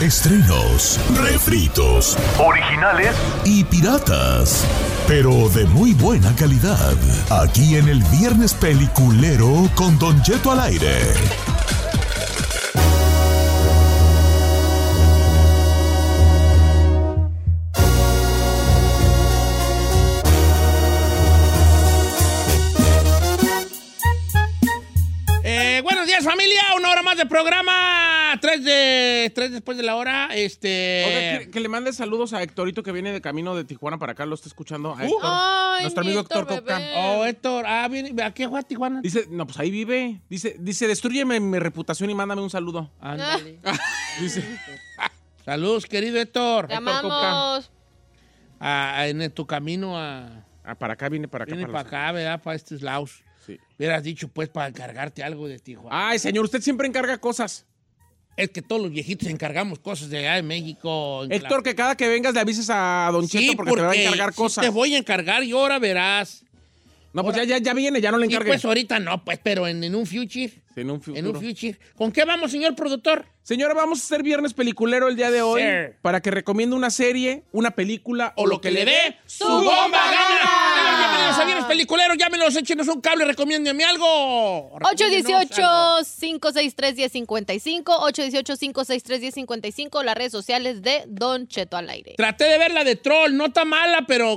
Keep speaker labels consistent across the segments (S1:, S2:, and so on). S1: Estrenos, refritos
S2: originales
S1: y piratas, pero de muy buena calidad. Aquí en el Viernes Peliculero con Don Jeto al aire.
S3: Eh, buenos días, familia. Una hora más de programa. Tres, de, tres después de la hora.
S4: Oiga,
S5: Eh,
S3: Este.
S4: que, que le mande saludos a Héctorito que viene de camino de Tijuana para acá, lo está escuchando. A
S3: Uh.
S4: Héctor,
S5: Ay,
S4: nuestro
S5: mi
S4: amigo
S5: Héctor,
S4: Héctor Copcam.
S5: bebé.
S3: Oh, Héctor. Ah, viene- ¿a qué juega Tijuana?
S4: Dice, no, pues ahí vive. Dice, dice, destruyeme mi reputación y mándame un saludo.
S3: Ándale.
S5: Ah.
S4: Dice,
S3: Saludos, querido Héctor.
S5: Te
S4: Héctor Copcam.
S5: amamos.
S3: Ah, en tu camino a.
S4: ah, para acá viene, para acá.
S3: Viene
S4: para
S3: para
S4: los-
S3: acá, ¿verdad? Para estos laos.
S4: Sí.
S3: Hubieras dicho, pues, para encargarte algo de Tijuana.
S4: Ay, señor, usted siempre encarga cosas.
S3: Es que todos los viejitos encargamos cosas de allá de México.
S4: Héctor, que cada que vengas le avises a Don
S3: Sí,
S4: Cheto porque, te va a encargar
S3: sí
S4: cosas.
S3: Te voy a encargar y ahora verás.
S4: No, pues ya, ya, ya viene, ya no le
S3: Sí,
S4: encargue.
S3: pues ahorita no, pues, pero en, en un future.
S4: en un futuro.
S3: En un future. ¿Con qué vamos, señor productor?
S4: Señora, vamos a hacer viernes peliculero el día de hoy
S3: Sir.
S4: para que recomiende una serie, una película o, lo que, le dé
S3: su bomba gana. Bienvenidos a Viernes Peliculeros, llámenos, échenos un cable, recomiéndeme algo. Recomiéndenos algo.
S5: 818-563-1055, 818-563-1055, las redes sociales de Don Cheto al aire.
S3: Traté de ver la de Troll, no está mala, pero...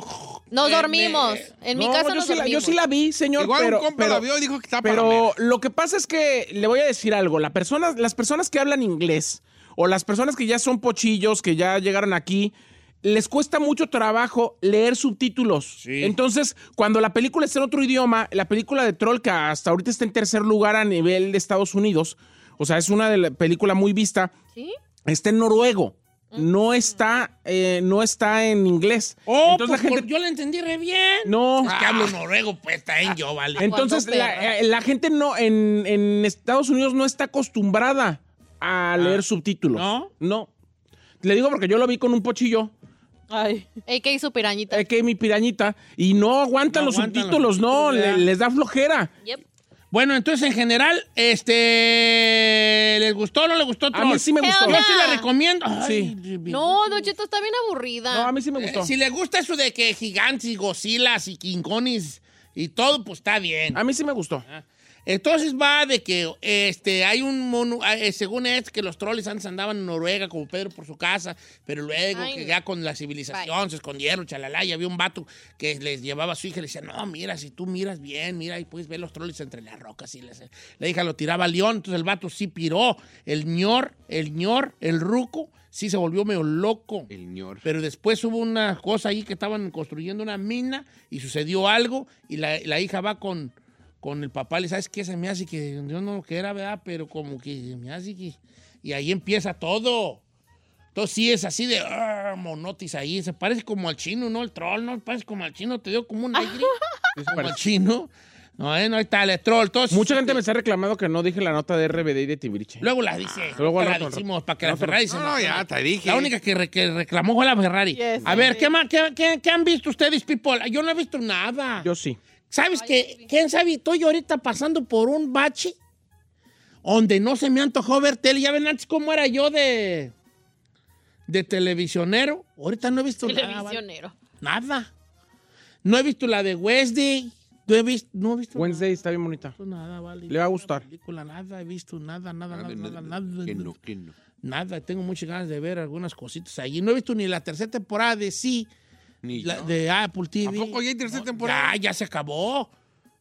S5: Nos
S3: Eh,
S5: dormimos.
S3: me-
S5: En mi
S4: No,
S5: casa
S4: yo,
S5: nos
S4: sí la, yo
S5: dormimos.
S4: sí la vi, señor.
S6: Igual
S4: pero,
S6: un compa
S4: pero-
S6: la vio y dijo que está para
S4: Pero
S6: ver.
S4: lo que pasa es que le voy a decir algo. La persona, las personas que hablan inglés o las personas que ya son pochillos, que ya llegaron aquí, les cuesta mucho trabajo leer subtítulos.
S3: Sí.
S4: Entonces, cuando la película está en otro idioma, la película de Troll, que hasta ahorita está en tercer lugar a nivel de Estados Unidos, o sea, es una de la película muy vista,
S5: ¿Sí?
S4: está en noruego. No está, eh, no está en inglés.
S3: Oh,
S4: Entonces la
S3: pues,
S4: gente.
S3: yo la entendí re bien.
S4: No.
S3: Es que hablo noruego, pues, está en yo, vale.
S4: Entonces,
S5: Cuando
S4: la,
S5: perra.
S4: eh, la gente no en, en Estados Unidos no está acostumbrada a leer subtítulos.
S3: Ah. ¿no?
S4: No. Le digo porque yo lo vi con un pochillo,
S5: Ay. Ey, ¿qué hizo Pirañita?
S4: eh, que mi pirañita, y no aguantan
S3: No
S4: los
S3: aguantan los
S4: subtítulos, no,
S3: subtítulos,
S4: le-
S3: ¿verdad?
S4: les da flojera.
S5: Yep.
S3: Bueno, entonces, en general, este... ¿Les gustó o no les gustó
S4: A
S3: Troll?
S4: mí sí me gustó.
S5: Hell
S3: Yo
S5: yeah.
S3: sí la recomiendo. Ay,
S4: Sí.
S3: mi-
S5: No, Don Cheto está bien aburrida.
S4: No, a mí sí me
S3: Eh,
S4: gustó.
S3: Si les gusta eso de que gigantes y gozilas y quincones y todo, pues está bien. Ah.
S4: A mí sí me gustó.
S3: Entonces va de que este hay un mono, eh, según es que los troles antes andaban en Noruega como Pedro por su casa, pero luego
S5: Ay,
S3: que
S5: no.
S3: ya con la civilización se escondieron, chalala, y había un vato que les llevaba a su hija y le decía, no, mira, si tú miras bien, mira, y puedes ver los troles entre las rocas. Y les- la hija lo tiraba a León, entonces el vato sí piró, el ñor, el ñor, el ruco, sí se volvió medio loco.
S6: El ñor.
S3: Pero después hubo una cosa ahí que estaban construyendo una mina y sucedió algo y la, la hija va con, con el papá, le dice, ¿sabes qué? Se me hace que yo no que era, ¿verdad? Pero como que se me hace que... Y ahí empieza todo. Entonces sí es así de "Arr", monotis ahí, se parece como al chino, ¿no? El troll, ¿no? Parece como al chino, te dio como un aire, como al chino. No, eh, no, ahí está el troll. Entonces,
S4: Mucha gente me está reclamando que no dije la nota de RBD y de Tibriche.
S3: Luego la dice,
S4: Luego
S3: luego
S4: al
S3: la
S4: rato, al
S3: decimos
S4: rato.
S3: para que la
S4: Al rato.
S3: Ferrari se
S6: No, no,
S3: enojara.
S6: ya te dije.
S3: La única que, re- que reclamó fue la Ferrari.
S5: Yes,
S3: a ver,
S5: sí.
S3: ¿qué, más- qué, qué- qué han visto ustedes, people? Yo no he visto nada.
S4: Yo sí.
S3: ¿Sabes qué? ¿Quién sabe? Estoy ahorita pasando por un bache donde no se me antojó ver tele. Ya ven antes cómo era yo de, de televisionero. Ahorita no he
S5: Ah,
S3: visto nada. ¿vale?
S5: Televisionero.
S3: Nada. No he visto la de Wednesday. No he visto, no he visto
S4: Wednesday está bien bonita.
S3: nada, vale.
S4: Le va a gustar.
S3: Película, nada, he visto nada, nada, nada, nada, nada.
S6: Que no, que no.
S3: Nada, tengo muchas ganas de ver algunas cositas allí. No he visto ni la tercera temporada de sí,
S2: Ni
S3: la-
S2: yo.
S3: de Apple TV.
S2: ¿A poco ya hay tercera
S3: No,
S2: temporada?
S3: Ya, ya se acabó.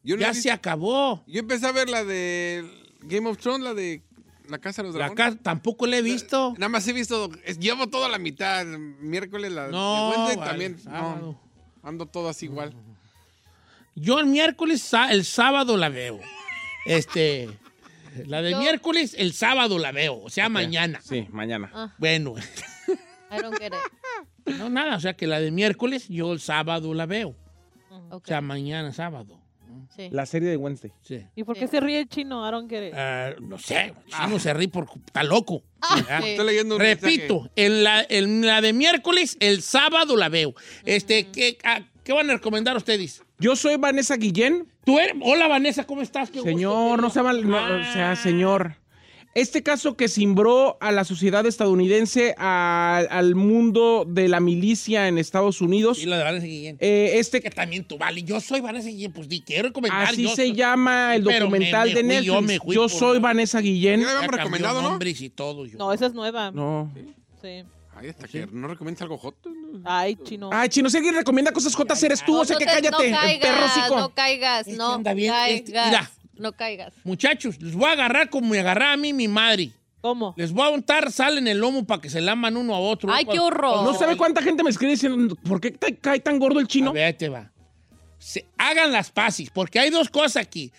S2: Yo no
S3: ya
S2: he
S3: se
S2: visto-
S3: acabó.
S2: Yo empecé a ver la de Game of Thrones, la de La Casa de los
S3: La
S2: Dragones.
S3: ca- tampoco la he visto.
S2: Nada más he visto, es- llevo toda la mitad, miércoles la
S3: No,
S2: de Wednesday
S3: vale,
S2: también,
S3: sábado.
S2: no, ando todo así igual.
S3: Yo el miércoles, sa- el sábado la veo. Este, la de
S5: Yo-
S3: miércoles, el sábado la veo, o sea, mañana.
S4: Sí, mañana.
S3: Bueno,
S5: I don't get it.
S3: no nada, o sea que la de miércoles, yo el sábado la veo, o
S5: Ok,
S3: sea, mañana sábado.
S5: sí.
S4: La serie de Wednesday.
S3: Sí.
S6: ¿Y por qué se ríe el chino? I don't get it.
S3: Ah, no sé, si no se ríe por está loco. ¿verdad?
S5: sí.
S2: Estoy leyendo un mensaje.
S3: Repito, en la, en la de miércoles, el sábado la veo. Este, ¿qué, a- qué van a recomendar ustedes?
S4: Yo soy Vanessa Guillén.
S3: Tú eres- Hola Vanessa, ¿cómo estás? Qué gusto
S4: Señor, no
S3: verla.
S4: se mal. no, o sea,
S3: Ah.
S4: señor. Este caso que cimbró a la sociedad estadounidense, a- al mundo de la milicia en Estados Unidos.
S3: Y la de Vanessa Guillén.
S4: eh, este
S3: que también tú, vale, yo soy Vanessa Guillén, pues di, quiero recomendar.
S4: Así
S3: yo
S4: se
S3: soy-
S4: llama el
S3: Pero me-
S4: documental
S3: me
S4: de
S3: fui,
S4: Netflix.
S3: yo
S4: Yo,
S3: me fui por-
S4: soy Vanessa Guillén.
S2: Ya la habíamos
S3: Ya cambió
S2: recomendado, ¿no?
S3: nombres y todo. Yo.
S6: No, esa es nueva.
S4: No.
S6: Sí.
S2: Ay, hasta que no recomiendas algo hot. ¿no?
S6: Ay, chino.
S4: Ay, chino, si alguien recomienda cosas J, eres tú, o sea
S5: No
S4: que
S5: te-
S4: cállate,
S5: No
S4: el perro
S5: caigas,
S4: hocico.
S5: no caigas,
S3: Este
S5: no
S3: anda bien,
S5: caigas.
S3: este- mira.
S5: No caigas.
S3: Muchachos, les voy a agarrar como me agarraba a mí mi madre.
S6: ¿Cómo?
S3: Les voy a untar sal en el lomo para que se laman uno a otro.
S5: Ay, qué horror.
S4: No sabe cuánta gente me escribe diciendo, ¿por qué te cae tan gordo el
S3: chino.
S4: chino?
S3: te va. Se- hagan las paces, porque hay dos cosas aquí.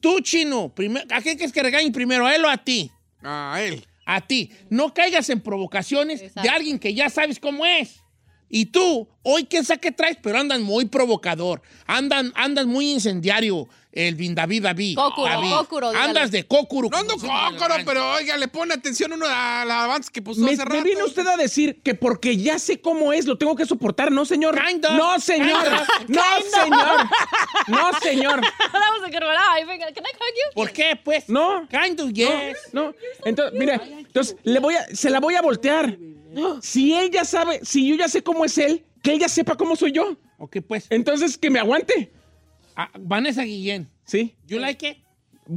S3: Tú, chino, primer- ¿a quién quieres que regañen primero? ¿A él o a ti?
S2: A él.
S3: A ti. No caigas en provocaciones de
S5: Exacto.
S3: alguien que ya sabes cómo es. Y tú, hoy quién sabe qué traes, pero andan muy provocador. Andan, andas muy incendiario, el bin David David.
S5: Cócuro,
S3: David.
S5: cócuro, dígale.
S3: Andas de cócuro.
S2: No ando
S3: como dicen en el
S2: cócoro,
S3: rancho.
S2: pero oiga, le pone atención uno a la avance que puso
S4: Me,
S2: hace
S4: me
S2: rato.
S4: vino usted a decir que porque ya sé cómo es, lo tengo que soportar, no señor.
S3: Kind of.
S4: No señor.
S3: Kind of.
S4: No señor. No señor.
S5: That was a good one. Ay, venga, can I hug you?
S3: ¿Por qué, pues?
S4: No.
S3: Kind of yes.
S4: No, entonces, mire, entonces le voy a, se la voy a voltear. Si él ya sabe, si yo ya sé cómo es él, que ella sepa cómo soy yo.
S3: Ok, pues.
S4: Entonces que me aguante.
S3: Ah, Vanessa Guillén,
S4: Sí.
S3: ¿you like it?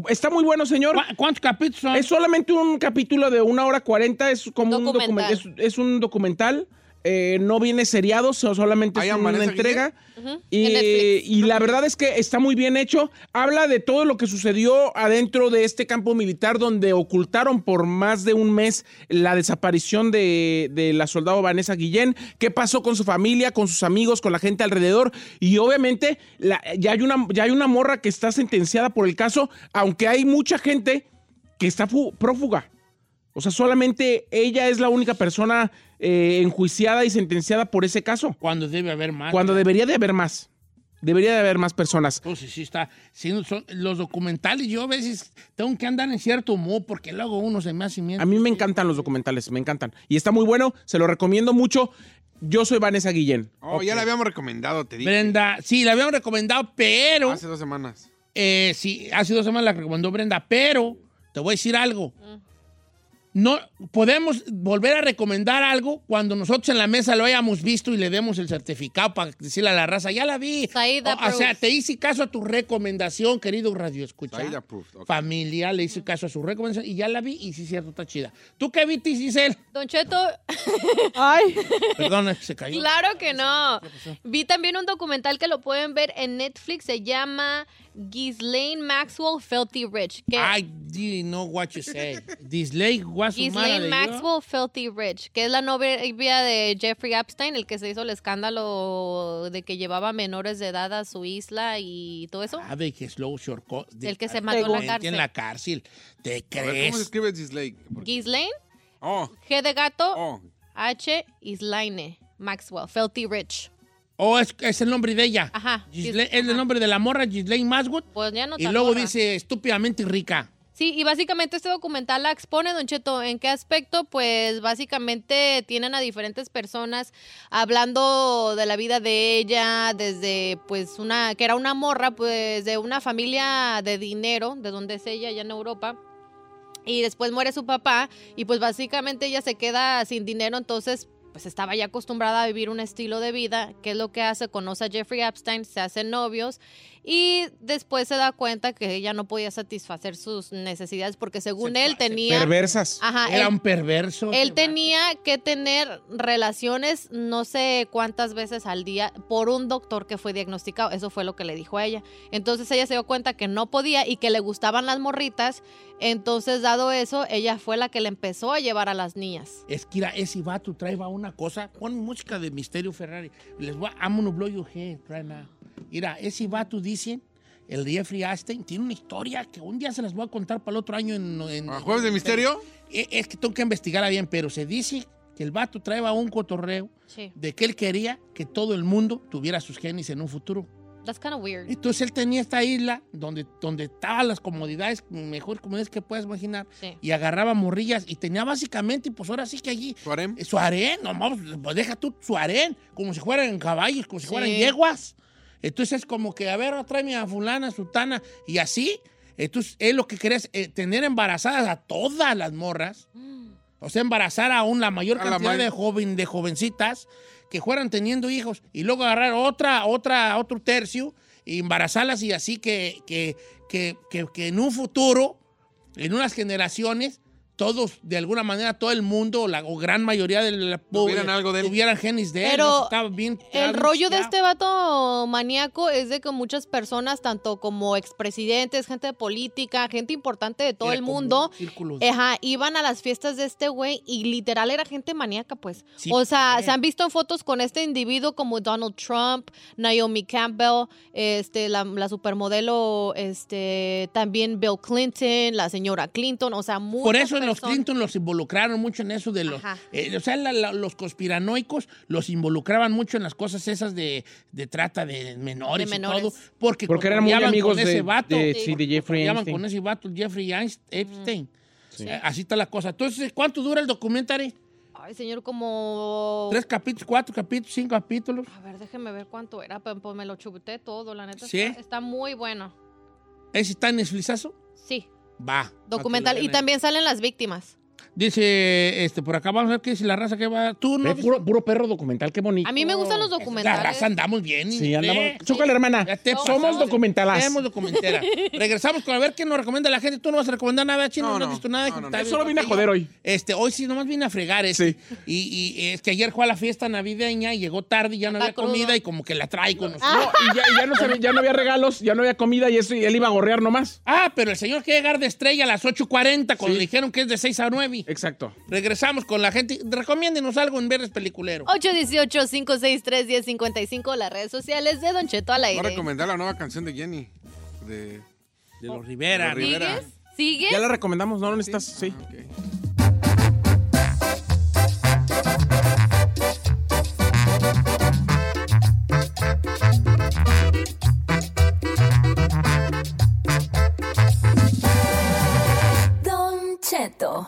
S4: Está muy bueno, señor.
S3: ¿Cu- ¿Cuántos capítulos son?
S4: Es solamente un capítulo de una hora cuarenta, es como un documental.
S5: Documental.
S4: Es, es un documental. eh, no viene seriado, so- solamente
S2: Ahí
S4: es
S2: en
S4: una
S2: Vanessa
S4: entrega.
S5: En
S4: Y,
S5: Netflix.
S4: y la verdad es que está muy bien hecho. Habla de todo lo que sucedió adentro de este campo militar donde ocultaron por más de un mes la desaparición de, de la soldado Vanessa Guillén. ¿Qué pasó con su familia, con sus amigos, con la gente alrededor? Y obviamente la- ya, hay una, ya hay una morra que está sentenciada por el caso, aunque hay mucha gente que está fu- prófuga. O sea, solamente ella es la única persona eh, enjuiciada y sentenciada por ese caso.
S3: Cuando debe haber más.
S4: Cuando debería de haber más. Debería de haber más personas.
S3: Entonces sí está. sí, no son- los documentales yo a veces tengo que andar en cierto mood porque luego uno se me hace miente.
S4: A mí me encantan los documentales, me encantan. Y está muy bueno, se lo recomiendo mucho. Yo soy Vanessa Guillén.
S2: Oh, ya la habíamos recomendado, te dije.
S3: Brenda, sí, la habíamos recomendado, pero
S2: Hace dos semanas.
S3: eh, sí, hace dos semanas la recomendó Brenda, pero te voy a decir algo. No podemos volver a recomendar algo cuando nosotros en la mesa lo hayamos visto y le demos el certificado para decirle a la raza, ya la vi.
S5: Said
S3: O- o,
S5: approves.
S3: sea, te hice caso a tu recomendación, querido Radio Escucha.
S2: Said approved, ok.
S3: Familia, le hice caso a su recomendación y ya la vi y sí, cierto, está chida. ¿Tú qué viste, Giselle?
S5: Don Cheto,
S6: Ay.
S3: Perdón, es que se cayó.
S5: claro que no. Vi también un documental que lo pueden ver en Netflix. Se llama Ghislaine Maxwell Filthy Rich. Que
S3: I didn't know what you said. This lake was humana
S5: Ghislaine
S3: de
S5: Maxwell Filthy Rich, que es la novia de Jeffrey Epstein, el que se hizo el escándalo de que llevaba menores de edad a su isla y todo
S3: yo.
S5: eso.
S3: Sabe que Slow Shortcut.
S5: El que se mató en la cárcel.
S3: En la cárcel. ¿Te
S2: A ver, ¿Cómo se
S3: crees?
S2: escribe Dislike?
S5: Ghislaine,
S2: Oh,
S5: G de gato,
S2: oh.
S5: H, Islaine, Maxwell, Filthy Rich.
S3: Oh, es, es el nombre de ella.
S5: Ajá.
S3: Ghislaine-
S5: Gis-
S3: es el
S5: ajá.
S3: nombre de la morra, Ghislaine Maxwell.
S5: Pues ya no
S3: y
S5: tan
S3: luego
S5: morra.
S3: dice estúpidamente rica.
S5: Sí, y básicamente este documental la expone, Don Cheto, ¿en qué aspecto? Pues básicamente tienen a diferentes personas hablando de la vida de ella, desde pues una, que era una morra, pues de una familia de dinero, de donde es ella, allá en Europa. Y después muere su papá y pues básicamente ella se queda sin dinero, entonces pues estaba ya acostumbrada a vivir un estilo de vida, que es lo que hace, conoce a Jeffrey Epstein, se hacen novios y después se da cuenta que ella no podía satisfacer sus necesidades porque según él tenía...
S4: Perversas.
S5: Ajá,
S3: Era
S5: él-
S3: un perverso.
S5: él
S3: ese vato.
S5: tenía que tener relaciones no sé cuántas veces al día por un doctor que fue diagnosticado. Eso fue lo que le dijo a ella. Entonces ella se dio cuenta que no podía y que le gustaban las morritas. Entonces, dado eso, ella fue la que le empezó a llevar a las niñas.
S3: Es que era ese vato traeba una cosa. Pon música de Misterio Ferrari. Les voy a. I'm gonna blow your head right now. Mira, ese vato dice. El Jeffrey Aston tiene una historia que un día se las voy a contar para el otro año en. en-
S2: ¿A Jueves de Misterio?
S3: Eh, Es que tengo que investigarla bien, pero se dice que el vato traeba un cotorreo
S5: Sí.
S3: de que él quería que todo el mundo tuviera sus genes en un futuro.
S5: That's kind of weird.
S3: Entonces él tenía esta isla donde, donde estaban las comodidades, mejor comodidades que puedas imaginar,
S5: Sí.
S3: y agarraba morrillas y tenía básicamente, pues ahora sí que allí
S2: ¿Su harem?
S3: eh, Su harén, no, vamos, pues deja tú su harén, como si fueran caballos, como si
S5: Sí.
S3: fueran yeguas. Entonces es como que, a ver, tráeme a fulana, sultana, y así. Entonces, él lo que quería es eh, tener embarazadas a todas las morras, o sea, embarazar a un, la mayor
S2: A la
S3: cantidad
S2: may-
S3: de, joven, de jovencitas que fueran teniendo hijos, y luego agarrar otra, otra, otro tercio, y embarazarlas, y así que, que, que, que- que en un futuro, en unas generaciones, todos, de alguna manera, todo el mundo, o la o gran mayoría del
S2: Tuvieran algo de él.
S3: tuvieran genes de él.
S5: Pero
S3: no, estaba bien- estaba
S5: El
S3: bien
S5: rollo de
S3: chisteado.
S5: este vato maníaco es de que muchas personas, tanto como expresidentes, gente de política, gente importante de todo
S3: Era
S5: el
S3: como un
S5: mundo,
S3: círculo de-
S5: Ajá, iban a las fiestas de este güey y literal era gente maníaca, pues.
S3: Sí,
S5: o sea,
S3: pues.
S5: se han visto en fotos con este individuo como Donald Trump, Naomi Campbell, este, la, la supermodelo, este, también Bill Clinton, la señora Clinton, o sea, muchas
S3: Por eso en los
S5: personas-
S3: Clinton los involucraron mucho en eso de los...
S5: Ajá.
S3: eh, o sea, la- la- los conspiranoicos los involucraban mucho en las cosas esas de, de trata de menores,
S5: De
S3: y todo.
S5: menores.
S3: Porque,
S4: Porque eran muy
S3: cotorreaban
S4: amigos
S3: con
S4: de,
S3: ese vato.
S4: de-
S5: Sí.
S4: sí, de Jeffrey
S3: Cotorreaban
S4: Einstein.
S3: con ese vato, el Jeffrey Einst- Epstein. Eh, Así está la cosa. Entonces, ¿cuánto dura el documentary?
S5: Ay, señor, como...
S3: ¿Tres capítulos, cuatro capítulos, cinco capítulos?
S5: A ver, déjeme ver cuánto era, pero pues, me lo chubuté todo, la neta.
S3: ¿Sí?
S5: Está, está muy bueno.
S3: ¿Ese está en Netflixazo?
S5: Sí,
S3: Va.
S5: documental. Y
S3: también
S5: también salen las víctimas.
S3: Dice, este, por acá vamos a ver qué dice la raza que va. Tú no.
S4: Ve, puro, puro perro documental, qué bonito.
S5: A mí me gustan los
S3: la
S5: documentales.
S3: raza andamos bien.
S4: Sí,
S3: ¿eh?
S4: andamos. Chócale, hermana.
S3: Ya te-
S4: Somos documentalas.
S3: Somos documentera. Regresamos con a ver qué nos recomienda la gente. Tú no vas a recomendar nada, chino. No,
S2: No, no.
S3: no, has visto nada.
S2: No, no, no.
S3: Está bien,
S4: Solo vine a
S3: contigo.
S4: joder hoy.
S3: Este, hoy sí, nomás vine a fregar. Este.
S4: Sí.
S3: Y, y es que ayer fue a la fiesta navideña y llegó tarde y ya no
S5: Está
S3: había
S5: crudo.
S3: comida y como que la trae con nosotros.
S4: No, y ya, y ya no sabía- ya no había regalos, ya no había comida y eso, y él iba a gorrear nomás.
S3: Ah, pero el señor quiere llegar de estrella a las 8.40 cuando
S4: Sí.
S3: le dijeron que es de 6 a 9.
S4: Exacto.
S3: Regresamos con la gente. Recomiéndenos algo en Verdes Peliculero.
S5: 818-563-1055, las redes sociales de Don Cheto al
S2: Voy a
S5: aire.
S2: recomendar la nueva canción de Jenny. De,
S3: De los Rivera.
S2: Los Rivera.
S5: ¿Sigues? ¿Sigues?
S4: Ya la recomendamos, no, no necesitas. Sí.
S2: Ah, ok.
S7: Don Cheto.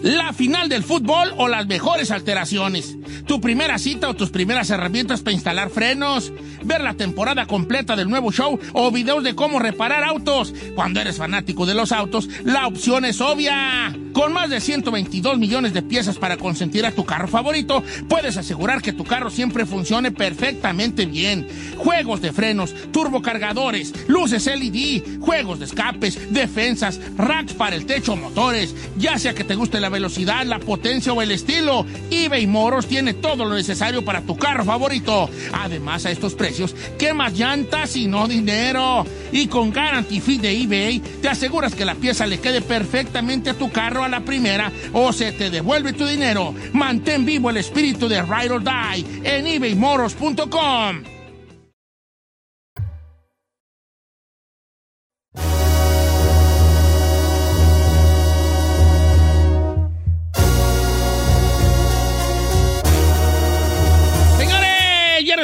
S3: La final del fútbol o las mejores alteraciones. Tu primera cita o tus primeras herramientas para instalar frenos. Ver la temporada completa del nuevo show o videos de cómo reparar autos. Cuando eres fanático de los autos, la opción es obvia. Con más de 122 millones de piezas para consentir a tu carro favorito, puedes asegurar que tu carro siempre funcione perfectamente bien. Juegos de frenos, turbocargadores, luces LED, juegos de escapes, defensas, racks para el techo o motores. Ya sea que te guste la velocidad, la potencia o el estilo, eBay Moros tiene todo lo necesario para tu carro favorito. Además, a estos precios, ¿qué más llantas y no dinero? Y con Guarantee Fee de eBay, te aseguras que la pieza le quede perfectamente a tu carro a la primera o se te devuelve tu dinero. Mantén vivo el espíritu de Ride or Die en ebaymoros.com.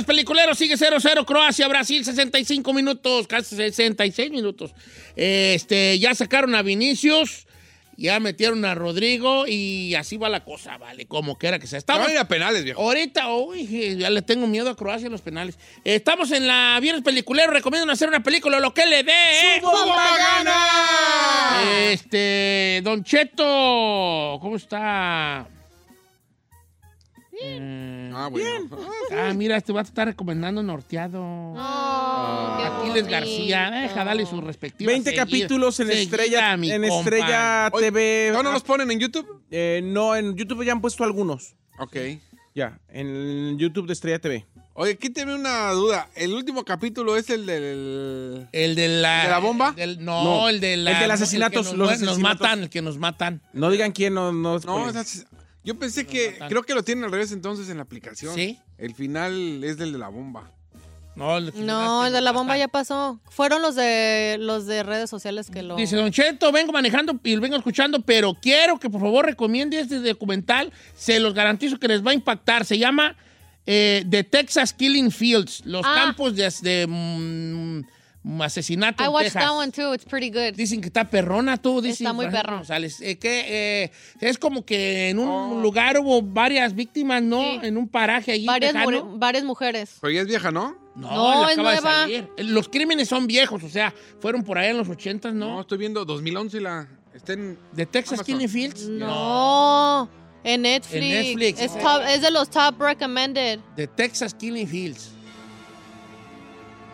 S3: peliculero sigue 0-0. Croacia, Brasil, 65 minutos, casi 66 minutos. Este, ya sacaron a Vinicius, ya metieron a Rodrigo y así va la cosa, vale, como quiera que sea.
S7: Te
S3: Estamos,
S7: van a ir a penales, viejo.
S3: Ahorita, uy, ya le tengo miedo a Croacia en los penales. Estamos en la Viernes Peliculero, recomiendo hacer una película, lo que le dé. ¿eh? Este, Don Cheto, ¿cómo está? Eh,
S7: Ah, bueno.
S3: ah, mira, este vato está recomendando
S2: Ah,
S3: norteado.
S5: Oh, qué
S3: Aquiles
S5: bonito.
S3: García, deja darle sus respectivas.
S4: 20
S3: seguidas-
S4: capítulos en
S3: seguida,
S4: Estrella,
S3: mi
S4: en
S3: compa.
S4: Estrella
S7: Oye,
S4: TV.
S7: ¿No, no los ponen en YouTube?
S4: Eh, no, en YouTube ya han puesto algunos.
S7: Ok.
S4: Ya, en el YouTube de Estrella TV.
S7: Oye, quíteme una duda. El último capítulo es el del...
S3: El de la,
S7: ¿De la bomba?
S3: del- no,
S4: No,
S3: el de la,
S4: el de los asesinatos,
S3: que
S4: los
S3: nos, nos
S4: asesinatos.
S3: matan, el que nos matan.
S4: No digan quién, no. No,
S7: No,
S4: spoiler.
S7: esas- yo pensé que... Creo que lo tienen al revés entonces en la aplicación.
S3: ¿Sí?
S7: El final es del de la bomba.
S3: No, el, que
S5: No,
S3: nos
S5: el de la
S3: matan.
S5: bomba ya pasó. Fueron los de los de redes sociales que lo.
S3: Dice, Don Cheto, vengo manejando y lo vengo escuchando, pero quiero que por favor recomiende este documental. Se los garantizo que les va a impactar. Se llama eh, The Texas Killing Fields, los
S5: Ah.
S3: campos de, de, mm, asesinato
S5: I
S3: en
S5: watched
S3: Texas.
S5: that one too. It's pretty good.
S3: Dicen que está perrona tú, dicen.
S5: Está muy
S3: Francisco
S5: perro.
S3: González. Eh, que, eh, es como que en un lugar hubo varias víctimas, ¿no?
S5: Oh. Sí.
S3: En un paraje ahí
S5: Varias,
S3: tejano.
S5: mu- varias mujeres.
S7: Pero ya es vieja, ¿no?
S3: No,
S5: No,
S3: la
S5: es
S3: acaba de
S5: nueva.
S3: salir. Los crímenes son viejos, o sea, fueron por ahí en los 80,
S7: No,
S3: ¿no?
S7: estoy viendo 2011 la... Está en...
S3: ¿De Texas
S7: Amazon.
S3: Killing Fields?
S5: No. En Netflix.
S3: En Netflix.
S5: Es, top- es de los top recommended.
S3: De Texas Killing Fields.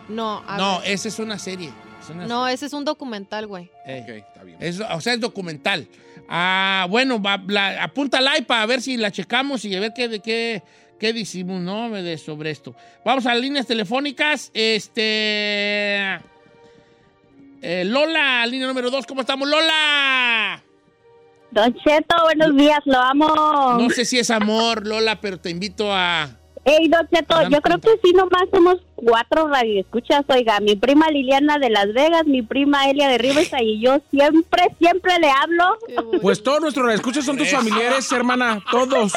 S5: No, a
S3: No,
S5: ver.
S3: esa es una serie. Es una
S5: no, ese es un documental, güey.
S3: serie.
S7: Ok,
S3: Eh,
S7: está bien.
S3: es- o sea, es documental. Ah, bueno, va, la, apúntala ahí para ver si la checamos y a ver qué, de qué, qué decimos, ¿no? De- sobre esto. Vamos a las líneas telefónicas. Este. eh, Lola, línea número 2, ¿cómo estamos, Lola?
S8: Don Cheto, buenos días, lo amo.
S3: No sé si es amor, Lola, pero te invito a.
S8: Ey, Don Cheto,
S3: Dame
S8: yo creo que sí, nomás somos cuatro radioescuchas, oiga, mi prima Liliana de Las Vegas, mi prima Elia de Riverside y yo siempre, siempre le hablo.
S4: Pues todos nuestros escuchas son tus familiares, hermana. Todos.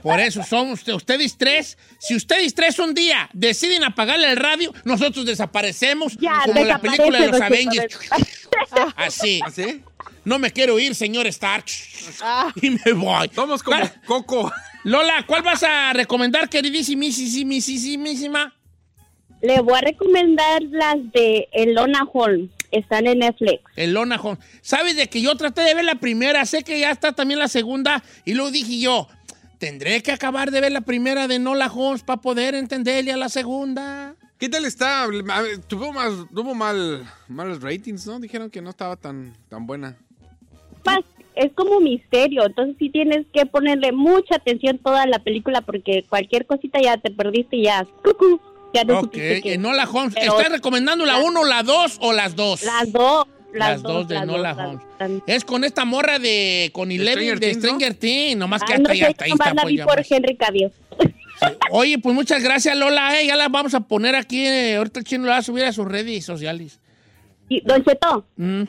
S3: Por eso somos usted- ustedes tres. Si ustedes tres un día deciden apagarle el radio, nosotros desaparecemos
S8: Ya,
S3: como la
S8: desaparece,
S3: película de los
S8: don Cheto,
S3: Avengers. Así.
S7: ¿Ah, sí?
S3: No me quiero ir, señor Stark.
S8: Ah.
S3: Y me voy.
S7: Somos como
S3: Claro.
S7: Coco.
S3: Lola, ¿cuál vas a recomendar, queridísimísima?
S8: Le voy a recomendar las de Elona Holmes, están en Netflix.
S3: El Lona Holmes. ¿Sabes de que yo traté de ver la primera? Sé que ya está también la segunda. Y luego dije yo, tendré que acabar de ver la primera de Nola Holmes para poder entenderle a la segunda.
S7: ¿Qué tal está? A ver, Tuvo, más, tuvo mal, malos ratings, ¿no? Dijeron que no estaba tan, tan buena.
S8: Más, es como misterio, entonces sí tienes que ponerle mucha atención toda la película porque cualquier cosita ya te perdiste y ya, cucú, ya no
S3: Ok,
S8: supiste qué.
S3: en Eh, Nola Holmes.
S8: Pero-
S3: ¿Estás recomendando la 1, la 2 o las dos?
S8: Las dos. Las,
S3: Las dos de
S8: las
S3: Enola
S8: las
S3: Holmes.
S8: Las-
S3: Es con esta morra de. con Eleven
S7: Stranger
S3: de
S7: Things, ¿no?
S3: Stranger Things. Nomás que
S8: Ay, Ah, no
S3: hasta
S8: sé,
S3: ya está ahí.
S8: nomás
S3: está,
S8: la
S3: pues,
S8: vi
S3: ya
S8: por
S3: más.
S8: Henry Cavill.
S3: Oye, pues muchas gracias, Lola. eh, ya las vamos a poner aquí. eh, ahorita el chino lo va a subir a sus redes sociales.
S8: Y, don Cheto,
S3: Mm.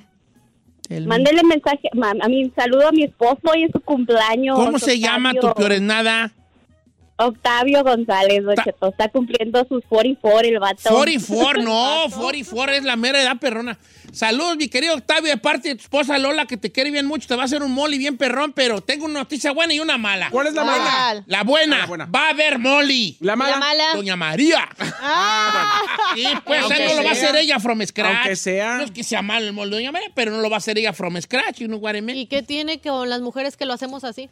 S3: El-
S8: mándele mensaje, ma- a mí, saludo a mi esposo hoy es su cumpleaños.
S3: ¿Cómo se
S8: Octavio-
S3: llama tu pioresnada?
S8: Octavio González, don
S3: Ta-
S8: Cheto, está cumpliendo sus 44 el vato.
S3: 44, no, 44 es la mera edad perrona. Saludos, mi querido Octavio, de parte de tu esposa Lola, que te quiere bien mucho. Te va a hacer un mole bien perrón, pero tengo una noticia buena y una mala.
S4: ¿Cuál es la mala? Ah,
S5: Mal.
S3: La buena,
S4: La buena.
S3: va a haber Molly.
S4: La
S5: La
S4: mala.
S5: mala.
S3: Doña María.
S6: Ah.
S3: Sí, pues
S4: Aunque
S3: él no lo va a
S4: sea.
S3: hacer ella from scratch.
S4: Aunque sea.
S3: No es que sea malo el molde de Doña María, pero no lo va a hacer ella from scratch. You know what I mean?
S5: ¿Y qué tiene que con las mujeres que lo hacemos así?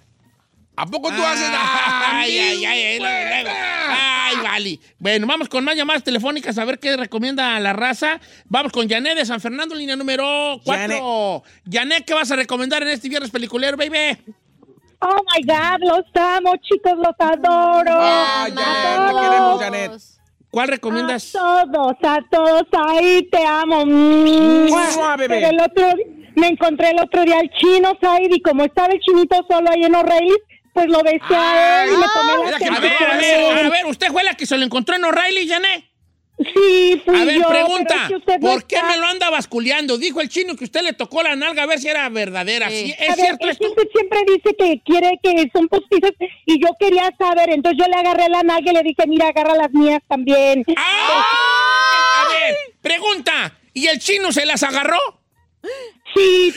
S7: ¿A poco tú
S3: Ah,
S7: haces?
S3: Ay, ay, ay, ay, luego, luego. Ay, vale. Bueno, vamos con más llamadas telefónicas a ver qué recomienda la raza. Vamos con Janet de San Fernando, línea número 4. Janet, ¿qué vas a recomendar en este viernes peliculero, baby?
S8: Oh my God, los amo, chicos, los adoro.
S4: Ah, Janet, lo queremos, Janet.
S3: ¿Cuál
S8: A
S3: recomiendas?
S8: todos, a todos ahí, te amo.
S4: Mua, bebé.
S8: Pero el otro, di- me encontré el otro día al chino, Said, y como estaba el chinito solo ahí en O'Reilly, pues lo besé a él y me tomé
S7: era
S8: la
S7: que
S3: A
S7: me
S3: ver,
S8: selfie
S3: a
S8: con
S3: ver,
S8: él.
S3: a ver, ¿usted fue la que se lo encontró en O'Reilly, Janet?
S8: Sí, fui
S3: A ver,
S8: yo, pero
S3: pregunta,
S8: es que usted no
S3: ¿por qué
S8: está-
S3: me lo anda basculeando? Dijo el chino que usted le tocó la nalga a ver si era verdadera.
S8: Sí.
S3: ¿Sí?
S8: A
S3: ¿Es
S8: ver,
S3: cierto
S8: él
S3: esto?
S8: siempre, siempre dice que quiere que son postizos y yo quería saber, entonces yo le agarré la nalga y le dije, mira, agarra las mías también.
S3: A ver, pregunta, ¿y el chino se las agarró?
S8: Sí,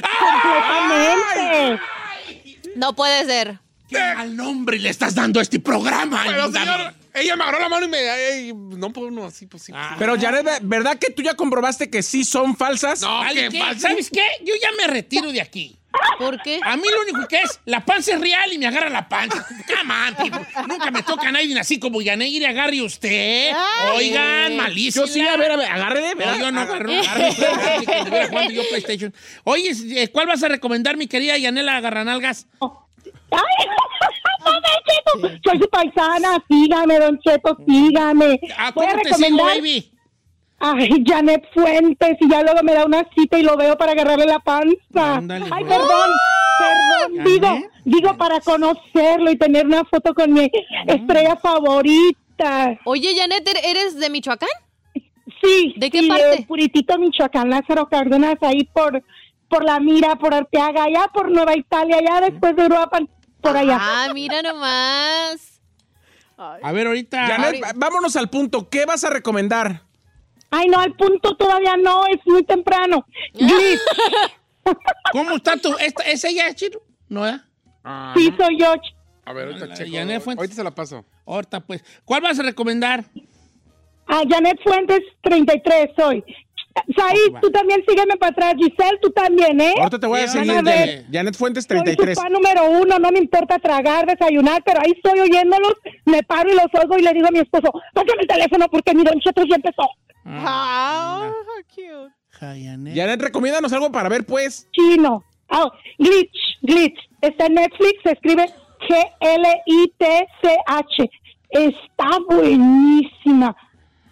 S3: completamente.
S5: No puede ser.
S3: ¿Qué al nombre le estás dando a este programa?
S7: Pero,
S3: Dame.
S7: señor, ella me agarró la mano y me. ay, no puedo uno así, pues sí.
S4: Pero Jared, ¿verdad que tú ya comprobaste que sí son falsas?
S3: No, Pues, ¿qué? ¿Sabes qué? Yo ya me retiro de aquí.
S5: ¿Por qué?
S3: A mí lo único que es, la panza es real y me agarra la panza. Come on, people. Nunca me toca a nadie así como Yaneir, agarre usted.
S5: Ay.
S3: Oigan, malísimo.
S4: Yo sí, a ver, a ver, agárrele.
S3: No,
S4: ¿verdad?
S3: yo no agarro. agarro, agarro, como estuviera jugando yo PlayStation. Oye, eh, ¿cuál vas a recomendar, mi querida Yanela Agarranalgas?
S8: Ay, no, Don Cheto, soy su paisana, sígame, Don Cheto, sígame. Voy
S3: ¿A
S8: a
S3: cómo te sigo,
S8: recomendar
S3: baby?
S8: Ay, Janet Fuentes, y ya luego me da una cita y lo veo para agarrarle la panza.
S3: Ándale,
S8: Ay,
S3: pues.
S8: perdón, perdón, digo, digo para conocerlo y tener una foto con mi
S3: Ah.
S8: estrella favorita.
S5: Oye, Janet, ¿er- ¿eres de Michoacán?
S8: Sí.
S5: ¿De qué
S8: sí,
S5: parte?
S8: Puritito, Michoacán, Lázaro Cárdenas, ahí por, por La Mira, por Arteaga, allá por Nueva Italia, allá después de Europa, por allá.
S5: Ah, mira nomás.
S3: A ver, ahorita.
S4: Janet, va- vámonos al punto. ¿Qué vas a recomendar?
S8: Ay, no, al punto todavía no, es muy temprano. Gris,
S3: ¿Cómo está tu.? esta- ¿Es ella, Chino? No, ¿verdad?
S7: Ah,
S8: sí, soy yo.
S7: A ver, ahorita
S3: La-
S7: checo.
S3: Yané Fuentes.
S7: Ahorita se la paso.
S3: Ahorita, pues. ¿Cuál vas a recomendar?
S8: A Ah, Janet Fuentes, 33 soy. Said, tú también sígueme para atrás. Giselle, tú también, ¿eh?
S4: Ahorita te voy a
S3: Sí,
S4: seguir,
S3: ándale.
S4: Janet. Janet Fuentes,
S8: Soy
S4: 33.
S8: su fan número uno, no me importa tragar, desayunar, pero ahí estoy oyéndolos, me paro y los oigo y le digo a mi esposo, pásame el teléfono porque mi Don Cheto ya empezó.
S6: Ah, how cute.
S3: Janet.
S4: Janet, recomiéndanos algo para ver, pues.
S8: Chino. Ah, glitch, glitch. Está en Netflix, se escribe G-L-I-T-C-H. Está buenísima.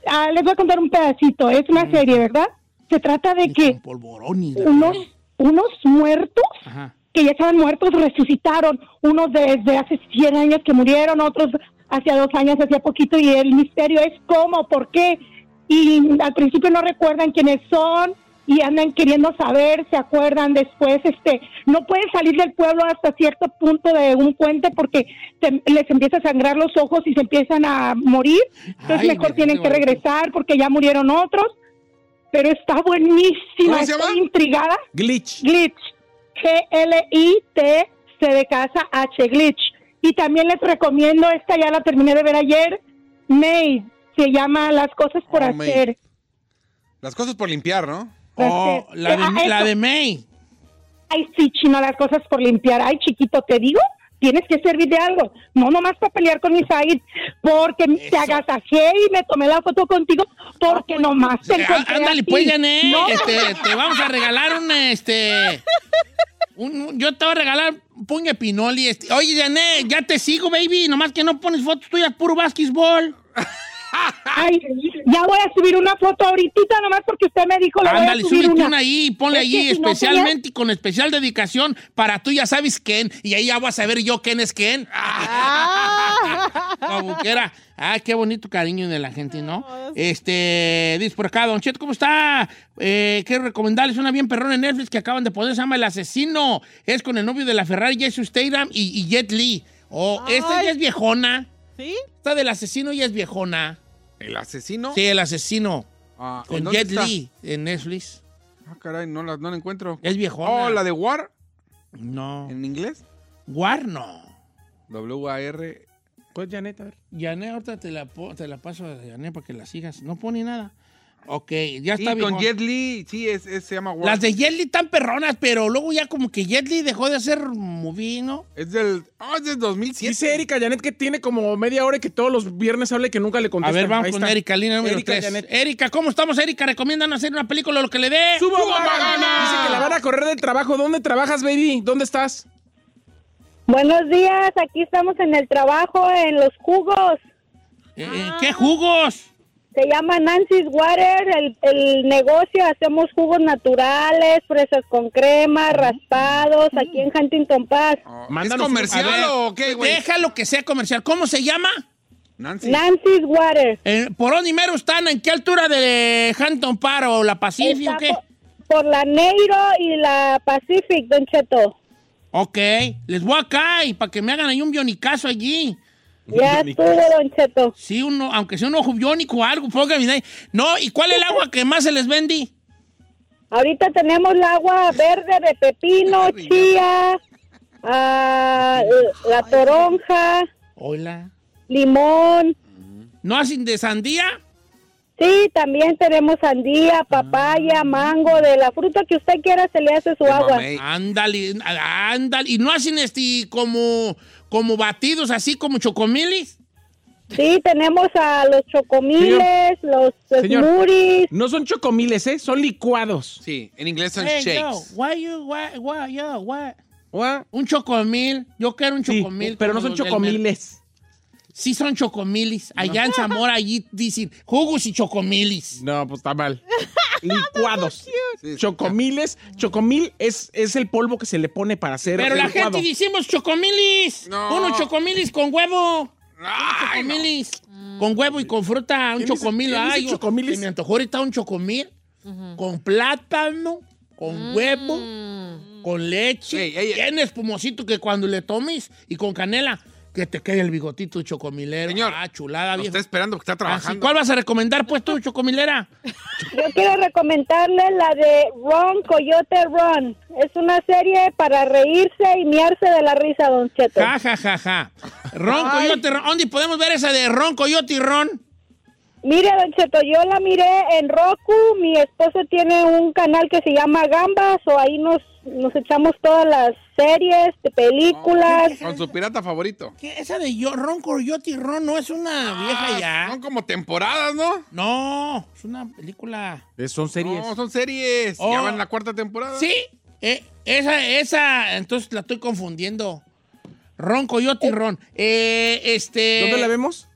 S8: Ah, les voy a contar un pedacito. Es una serie, ¿verdad? Se trata de que
S3: Con polvorones. la
S8: unos, unos muertos
S3: Ajá.
S8: que ya estaban muertos resucitaron. Unos desde hace 100 años que murieron, otros hace dos años, hace poquito. Y el misterio es cómo, por qué. Y al principio no recuerdan quiénes son y andan queriendo saber, se acuerdan después. este No pueden salir del pueblo hasta cierto punto de un puente porque te- les empieza a sangrar los ojos y se empiezan a morir. Entonces
S3: Ay,
S8: mejor
S3: Virgen
S8: tienen que
S3: de Guadalupe.
S8: regresar porque ya murieron otros. Pero está buenísima,
S7: ¿Cómo se
S8: estoy
S7: llama?
S8: intrigada.
S4: Glitch.
S8: Glitch. G-L-I-T-C de casa H, Glitch. Y también les recomiendo, esta ya la terminé de ver ayer, May. Se llama Las cosas por
S7: Oh, May.
S8: hacer.
S7: Las cosas por limpiar, ¿no?
S8: Las
S3: Oh,
S8: que-
S3: la
S8: Ah,
S3: de,
S8: eso.
S3: la de May.
S8: Ay, sí, chino, las cosas por limpiar. Ay, chiquito, te digo, tienes que servir de algo. No nomás para pelear con Isaid, porque te agasajé y me tomé la foto contigo, porque nomás te
S3: Eh,
S8: encontré
S3: Ándale,
S8: así.
S3: pues, Janet.
S8: No,
S3: Este, te vamos a regalar un, este... un- un- yo te voy a regalar un puño de pinoli. Este. Oye, Janet, ya te sigo, baby. Nomás que no pones fotos tuyas, puro basquetbol.
S8: ay, ya voy a subir una foto ahorita nomás porque usted me dijo, le voy a
S3: Ándale,
S8: subir
S3: súbete
S8: una.
S3: una. ahí y ponle
S8: Es que
S3: allí
S8: si no,
S3: especialmente y con especial dedicación para tú, ya sabes quién. Y ahí ya voy a saber yo quién es quién. La buquera. Ah, qué bonito cariño de la gente, ¿no? Este, dice por acá, Don Chet, ¿cómo está? Eh, quiero recomendarles una bien perrona en Netflix que acaban de poner, se llama El Asesino. Es con el novio de la Ferrari, Jesus Statham y, y Jet Li. Oh, esta ya es viejona.
S6: ¿Sí?
S3: Esta del asesino ya es viejona.
S7: ¿El asesino?
S3: Sí, El Asesino.
S7: Ah, ¿en
S3: Con
S7: dónde
S3: Jet
S7: está?
S3: Li en Netflix.
S7: Ah, caray, no la, no la encuentro.
S3: Es viejona.
S7: Oh, la de War.
S3: No.
S7: ¿En inglés?
S3: Guar no.
S7: W-A-R.
S4: Pues, Janet, a ver.
S3: Yané, ahorita te la, po- te la paso a Yané para que la sigas. No pone nada. Ok, ya
S7: Y
S3: está bien.
S7: con Jet Li, sí, es, es- se llama War.
S3: Las de Jet Li están perronas, pero luego ya como que Jet Li dejó de hacer movie, ¿no?
S7: Es del. Ah, es del 2007.
S4: Dice Erika Janet que tiene como media hora y que todos los viernes habla y que nunca le
S3: A
S4: contesta.
S3: ver, vamos
S4: Ahí
S3: con
S4: está.
S3: Erika, línea número
S4: Erika
S3: 3.
S4: Janet.
S3: Erika, ¿cómo estamos, Erika? ¿Recomiendan hacer una película o lo que le dé?
S4: ¡Subo,
S7: ¡Subo,
S4: Magana!
S7: Magana!
S4: Dice que la van a correr del trabajo. ¿Dónde trabajas, baby? ¿Dónde estás?
S8: Buenos días, aquí estamos en el trabajo, en los jugos.
S3: Eh, eh, ¿Qué jugos?
S8: Se llama Nancy's Water, el, el negocio, hacemos jugos naturales, fresas con
S3: Mm.
S8: crema, raspados, aquí en Huntington Pass.
S3: Ah.
S7: Oh, ¿Es
S4: Mándanos-
S7: comercial
S3: A ver,
S7: o qué, güey?
S3: Déjalo que sea comercial. ¿Cómo se llama?
S7: Nancy.
S8: Nancy's Waters.
S3: Eh, ¿Por dónde mero están? ¿En qué altura de Hampton Paro o la Pacific o
S8: Está
S3: qué?
S8: Por, por la Neiro y la Pacific, Don Cheto.
S3: Ok, les voy acá y para que me hagan ahí un bionicazo allí.
S8: Ya estuvo, Don Cheto.
S3: Sí, uno, aunque sea un ojo biónico o algo, póngame ahí. No, ¿y cuál es el agua que más se les vendí?
S8: Ahorita tenemos el agua verde de pepino, chía, ah, la toronja,
S3: Hola.
S8: limón.
S3: ¿No hacen de sandía?
S8: Sí, también tenemos
S4: Ah.
S8: sandía, papaya, mango, de la fruta que usted quiera se le hace su agua.
S7: mamey.
S3: Ándale, ándale. ¿Y no hacen este como, como batidos así como chocomilis?
S8: Sí, tenemos a los chocomiles, los
S4: Señor.
S8: smuris.
S4: No son chocomiles, ¿eh? Son licuados.
S7: Sí, en inglés son
S3: Hey, yo,
S7: shakes.
S3: why you, why, why, yo, why?
S4: ¿What?
S3: Un chocomil. Yo quiero un
S4: Sí,
S3: chocomil.
S4: pero no
S3: como
S4: son
S3: los del
S4: chocomiles.
S3: mer- Sí, son chocomilis. Allá en Zamora, allí dicen jugos y chocomilis.
S4: No, pues está mal. Licuados.
S7: Sí.
S4: Chocomiles. Chocomil es, es el polvo que se le pone para hacer
S3: Pero la
S4: licuado.
S3: gente decimos chocomilis.
S7: No.
S3: Uno chocomilis con huevo.
S7: Ay, no.
S3: chocomilis. Con huevo y con fruta. Un
S4: ¿Quién dice-
S3: chocomil.
S4: quién dice
S3: Ay,
S4: chocomilis?
S3: se me antojó ahorita un chocomil. Con plátano. Con
S7: Mm.
S3: huevo. Con leche.
S7: Ey, ey, ey.
S3: Tiene espumosito que cuando le tomes. Y con canela. Que te quede el bigotito chocomilero.
S7: Señor,
S3: Ah, chulada,
S7: Lo
S3: viejo.
S7: está esperando porque está
S3: Ah, sí.
S7: trabajando.
S3: ¿Cuál vas a recomendar, pues, tú, chocomilera?
S8: Yo quiero recomendarle la de Ron Coyote Ron. Es una serie para reírse y miarse de la risa, Don Cheto.
S3: Ja, ja, ja, ja. Ron, coyote, ron. ¿Dónde podemos ver esa de ron, coyote y ron?
S8: Mire, Don Cheto, yo la miré en Roku. Mi esposo tiene un canal que se llama Gambas, o ahí nos, nos echamos todas las series,
S4: Oh,
S8: de películas.
S7: Con su pirata favorito.
S3: ¿Qué? Esa de yo, Ron Coyote y Ron no es una vieja ya.
S7: Ah, Son como temporadas, ¿no?
S3: No, es una película.
S4: Eh, Son series.
S7: No, son series.
S3: Oh.
S7: Ya van la cuarta temporada.
S3: Sí, eh, esa, esa, entonces la estoy confundiendo. Ron Coyote y Ron. Eh, este.
S4: Oh. ¿Dónde la vemos?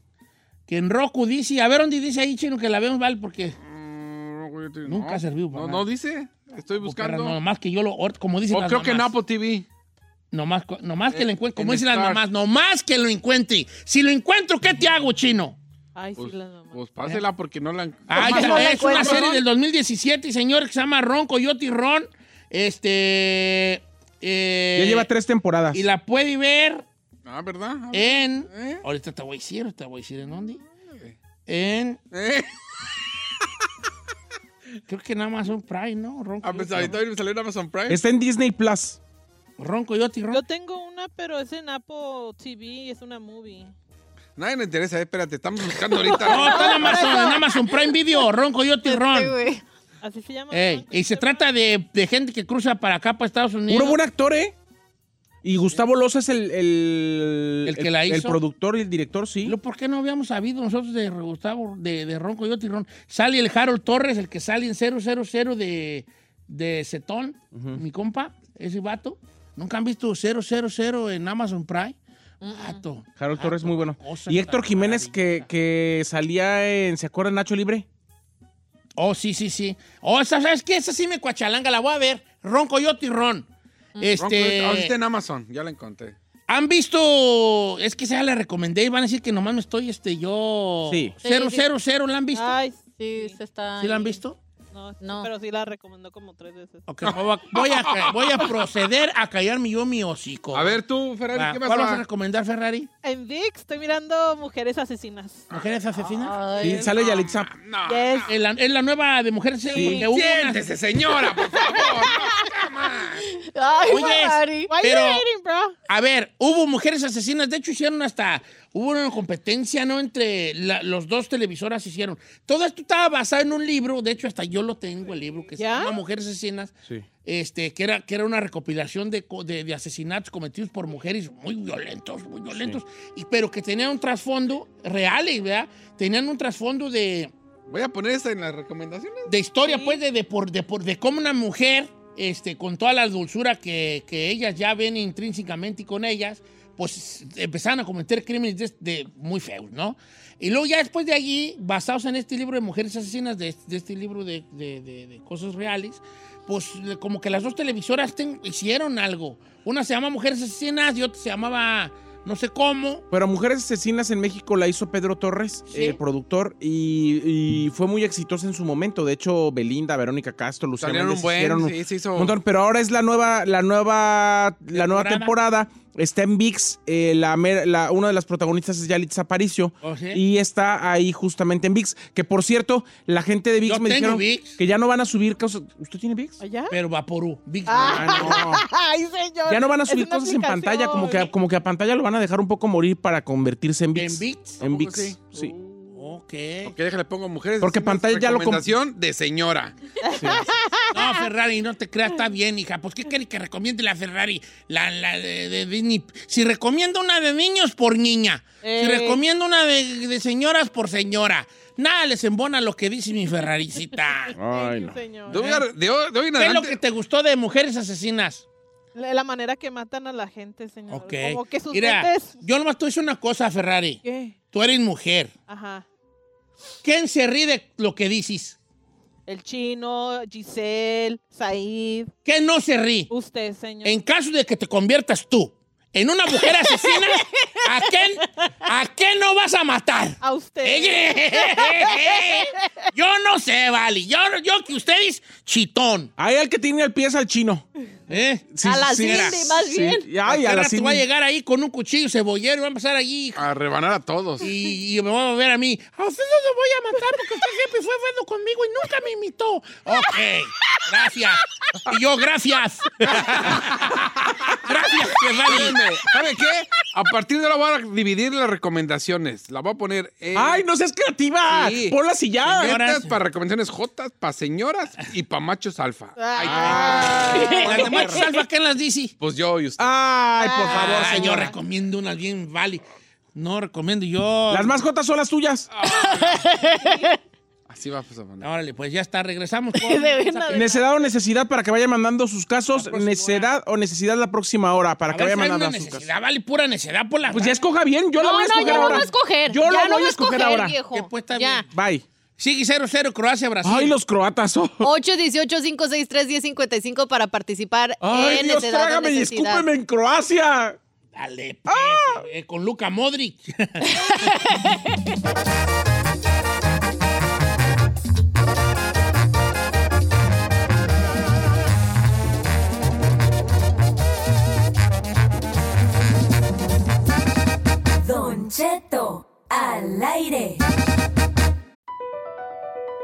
S3: Que en Roku dice, a ver dónde dice ahí, chino, que la vemos, ¿vale? Porque.
S7: Mm, no, güey, te-
S3: Nunca
S7: no.
S3: sirvió para
S7: No,
S3: nada.
S7: no dice. ¿eh? Estoy buscando.
S3: No, más que yo lo. or- Como dicen
S7: O
S3: las
S7: creo que en
S3: mamás.
S7: Apple TV.
S3: Nomás, co- nomás que lo encuentre. Como
S7: en
S3: dicen las
S7: Star.
S3: mamás, nomás que lo encuentre. Si lo encuentro, ¿qué te hago, chino?
S6: Ay, sí,
S7: Pues,
S6: la mamá.
S7: pues pásela porque no la.
S4: Pues
S3: Ay,
S7: Nomás-
S3: es
S6: no la
S3: una
S6: encuentro.
S3: serie del 2017, señor, que se llama Ron, Coyote y Ron. Este. eh,
S4: ya lleva tres temporadas.
S3: Y la puede ver
S7: Ah, ¿verdad? Ah,
S3: en.
S7: ¿Eh?
S3: Ahorita te voy a decir, ahorita te voy a decir en dónde. En.
S7: ¿Eh?
S3: Creo que nada más un Prime, ¿no? Ron,
S7: A pesar
S3: Coyote,
S7: Ah, pues ahorita me salió en Amazon Prime.
S4: Está en Disney Plus.
S3: Ron, Coyote y Ron.
S6: Yo tengo una, pero es en Apple TV y es una movie.
S7: Nadie me interesa, eh, espérate, estamos buscando ahorita.
S3: No, está en Amazon, en Amazon Prime Video, Ron, Coyote Eh, y Ron.
S6: Así se llama.
S3: Ey, y se trata de, de gente que cruza para acá, para Estados Unidos.
S4: Puro buen actor, ¿eh? Y Gustavo Loza es el. El,
S3: ¿El que la hizo?
S4: El productor y el director, sí.
S3: Lo- ¿Por qué no habíamos sabido nosotros de Gustavo, de, de Ron Coyote y Ron? Sale el Harold Torres, el que sale en 000 de, de Cetón, mi compa, ese vato. ¿Nunca han visto 000 en Amazon Prime? Vato.
S4: Harold
S3: vato,
S4: Torres, muy bueno.
S3: Ah, cosa
S4: Y Héctor
S3: tan
S4: Jiménez, que,
S3: maravilla.
S4: que salía en. ¿Se acuerdan Nacho Libre?
S3: Oh, sí, sí, sí. Oh, esa- ¿sabes qué? Esa sí me cuachalanga, la voy a ver. Ron Coyote y Ron. Este,
S7: eh, Ahorita está en Amazon, ya la encontré.
S3: ¿Han visto? Es que ya la recomendé y van a decir que nomás me estoy este, yo.
S4: Sí.
S3: 000, ¿la han visto?
S6: Ay,
S5: Sí, se está.
S3: ¿Sí la han
S5: ahí.
S3: visto?
S6: no,
S5: No.
S6: pero sí la recomendó como tres veces.
S3: Ok, voy a, voy a- voy a proceder a callarme yo mi hocico.
S7: A ver, tú,
S3: Va,
S7: Ferrari, ¿qué vas
S3: ¿cuál vas
S7: a-
S3: a recomendar, Ferrari?
S6: En VIX estoy mirando Mujeres Asesinas.
S3: ¿Mujeres asesinas?
S4: Y sale Yalitza.
S7: No.
S6: Yes.
S3: Es la, es la nueva de mujeres asesinas. porque hubo una-
S7: Siéntese, señora, por favor. No, come on.
S5: Ay,
S3: Oye,
S5: Ferrari.
S6: Why
S3: Pero-
S6: you hating, bro?
S3: A ver, hubo mujeres asesinas. De hecho, hicieron hasta. Hubo una competencia, ¿no? Entre la- los dos televisoras hicieron. Todo esto estaba basado en un libro. De hecho, hasta yo lo tengo, el libro, que se
S6: ¿Ya?
S3: llama Mujeres asesinas.
S4: Sí.
S3: Este, que, era, que era una recopilación de, co- de- de asesinatos cometidos por mujeres muy violentos, muy violentos, y, pero que tenían un trasfondo reales, ¿verdad? Tenían un trasfondo de,
S7: Voy a poner esta en las recomendaciones.
S3: de historia,
S6: Sí.
S3: pues, de, de, por, de, por- de cómo una mujer, este, con toda la dulzura que, que ellas ya ven intrínsecamente y con ellas, pues empezaron a cometer crímenes de, de- muy feos, ¿no? Y luego ya después de allí, basados en este libro de mujeres asesinas, de, de este libro de, de- de- de cosas reales, pues le- como que las dos televisoras ten- hicieron algo. Una se llama Mujeres Asesinas y otra se llamaba no sé cómo.
S4: Pero Mujeres Asesinas en México la hizo Pedro Torres,
S3: Sí.
S4: eh, productor, y, y fue muy exitosa en su momento. De hecho, Belinda, Verónica Castro, Lucía
S7: Salieron
S4: Méndez
S7: un buen,
S4: hicieron
S7: sí, se hizo-
S4: un montón. Pero ahora es la nueva, la nueva, la nueva temporada. Está en VIX. eh, la, mer- la- una de las protagonistas es Yalitza Aparicio.
S3: Oh, sí.
S4: Y está ahí justamente en VIX. Que por cierto, la gente de VIX
S3: Yo
S4: me
S3: tengo
S4: dijeron
S3: ViX.
S4: que ya no van a subir cosas. ¿Usted tiene VIX?
S6: ¿Allá?
S3: Pero Vaporú. Big
S4: Ah,
S6: Ay, señor.
S4: Ya no van a
S6: es
S4: subir
S6: una
S4: cosas en pantalla, como que,
S6: aplicación.
S4: como que a pantalla lo van a dejar un poco morir para convertirse en VIX.
S3: ¿En ViX?
S4: En VIX,
S7: sí?
S4: sí.
S3: Ok.
S7: Ok, déjale, pongo mujeres.
S4: Porque
S7: Asesinas,
S4: pantalla ya lo comp-
S7: Recomendación de señora.
S3: No, Ferrari, no te creas, está bien, hija. Pues, ¿qué quieres que recomiende la Ferrari? La, la de, de Disney. Si recomiendo una de niños, por niña.
S6: Eh.
S3: Si recomiendo una de, de señoras, por señora. Nada les embona lo que dice mi Ferraricita. ¿Eh?
S4: Ay, no.
S6: Sí, señor.
S7: De hoy, a- de hoy- de hoy en
S3: ¿Qué es lo
S7: adelante.
S3: que te gustó de Mujeres Asesinas?
S6: La, la manera que matan a la gente, señor.
S3: Ok.
S6: Como que sus
S3: Mira,
S6: mentes-
S3: yo nomás te hice una cosa, Ferrari.
S6: ¿Qué?
S3: Tú eres mujer.
S6: Ajá.
S3: ¿Quién se ríe de lo que dices?
S6: El chino, Giselle, Said,
S3: ¿Quién no se Eh. ríe?
S6: usted, señor.
S3: En caso de que te conviertas tú en una mujer asesina, ¿a quién, a quién no vas a matar?
S6: A usted.
S3: Yo no sé, Vali. Yo, yo que ustedes, chitón.
S4: Ahí el que tiene el pie es al chino.
S3: ¿Eh?
S4: Sí,
S5: A la
S4: sí,
S5: Cindy,
S4: sí.
S5: más bien.
S4: Sí. Ay, a
S3: Al
S4: la
S3: rato va a
S4: Cindy.
S3: llegar ahí con un cuchillo cebollero, va a pasar allí
S7: A rebanar a todos.
S3: y, y me va a ver a mí. A usted no lo voy a matar porque usted siempre fue bueno conmigo y nunca me imitó. Ok, gracias. Y yo, gracias. gracias, Ferrari.
S7: Espérenme, ¿Sabe qué? A partir de ahora voy a dividir las recomendaciones. La voy a poner. eh,
S4: Ay, no seas creativa.
S7: Sí.
S4: Ponla así ya.
S3: Señora.
S7: Estas para recomendaciones Jotas, para señoras y para machos alfa.
S3: Las demás salva, ¿quién las dice?
S7: Pues yo y usted.
S4: Ay, por favor,
S3: Ah, yo
S4: señora.
S3: recomiendo unas bien Vali. No recomiendo yo.
S4: Las mascotas son las tuyas.
S7: Así vamos a poner.
S3: Órale, pues ya está, regresamos.
S4: Necedad o necesidad para que vaya mandando sus casos. Necedad o necesidad la próxima hora para que
S3: A ver,
S4: vaya
S3: si hay una
S4: mandando sus casos.
S3: necesidad, Vali, pura necesidad por la.
S4: Pues ya escoja bien. Yo la voy a escoger
S5: ya
S4: ahora.
S5: no va a escoger.
S4: Yo
S5: ya
S4: la
S5: no
S4: voy a
S5: va
S4: escoger ahora.
S5: viejo.
S3: Que pues está
S5: ya.
S3: bien.
S4: Bye.
S3: Sigue 0-0, Croacia, Brasil.
S4: Ay, los croatas. oh.
S5: 818-563-1055 para participar
S4: Ay,
S5: en
S4: Dios,
S5: Necedad o
S4: trágame y
S5: Necesidad.
S4: escúpeme en Croacia.
S3: Dale, pues,
S4: ¡Ah!
S3: eh, con Luca Modric.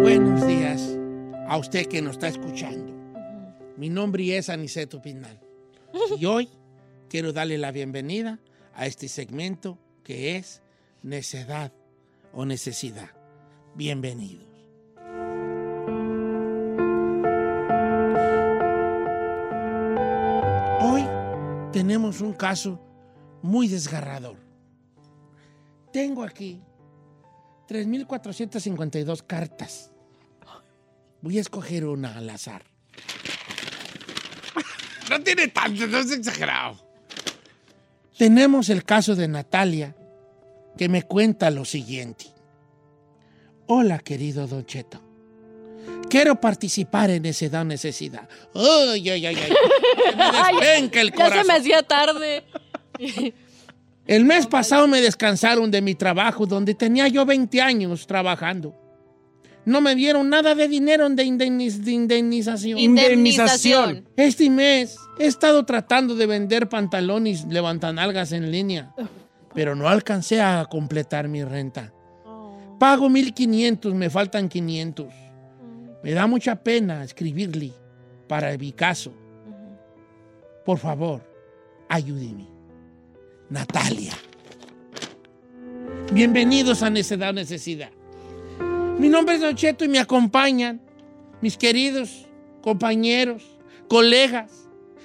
S3: Buenos días a usted que nos está escuchando. Mi nombre es Aniceto Pinal. Y hoy quiero darle la bienvenida a este segmento que es Necedad o Necesidad. Bienvenidos. Hoy tenemos un caso muy desgarrador. Tengo aquí 3.452 cartas. Voy a escoger una al azar.
S7: No tiene tanto, no es exagerado.
S3: Tenemos el caso de Natalia, que me cuenta lo siguiente. Hola, querido Don Cheto. Quiero participar en ese da necesidad. ¡Ay, ay, ay, ay!
S5: Ay,
S3: Me despenca el
S5: Ya se me
S3: corazón.
S5: hacía tarde.
S3: El mes pasado me descansaron de mi trabajo, donde tenía yo 20 años trabajando. no me dieron nada de dinero de, indemniz- de indemnización.
S4: Indemnización.
S3: Este mes he estado tratando de vender pantalones levantanalgas en línea, pero no alcancé a completar mi renta. Pago 1500, me faltan 500. Me da mucha pena escribirle para mi caso. Por favor, ayúdeme. Natalia. Bienvenidos a Necedad o Necesidad. Mi nombre es Don Cheto y me acompañan mis queridos compañeros, colegas,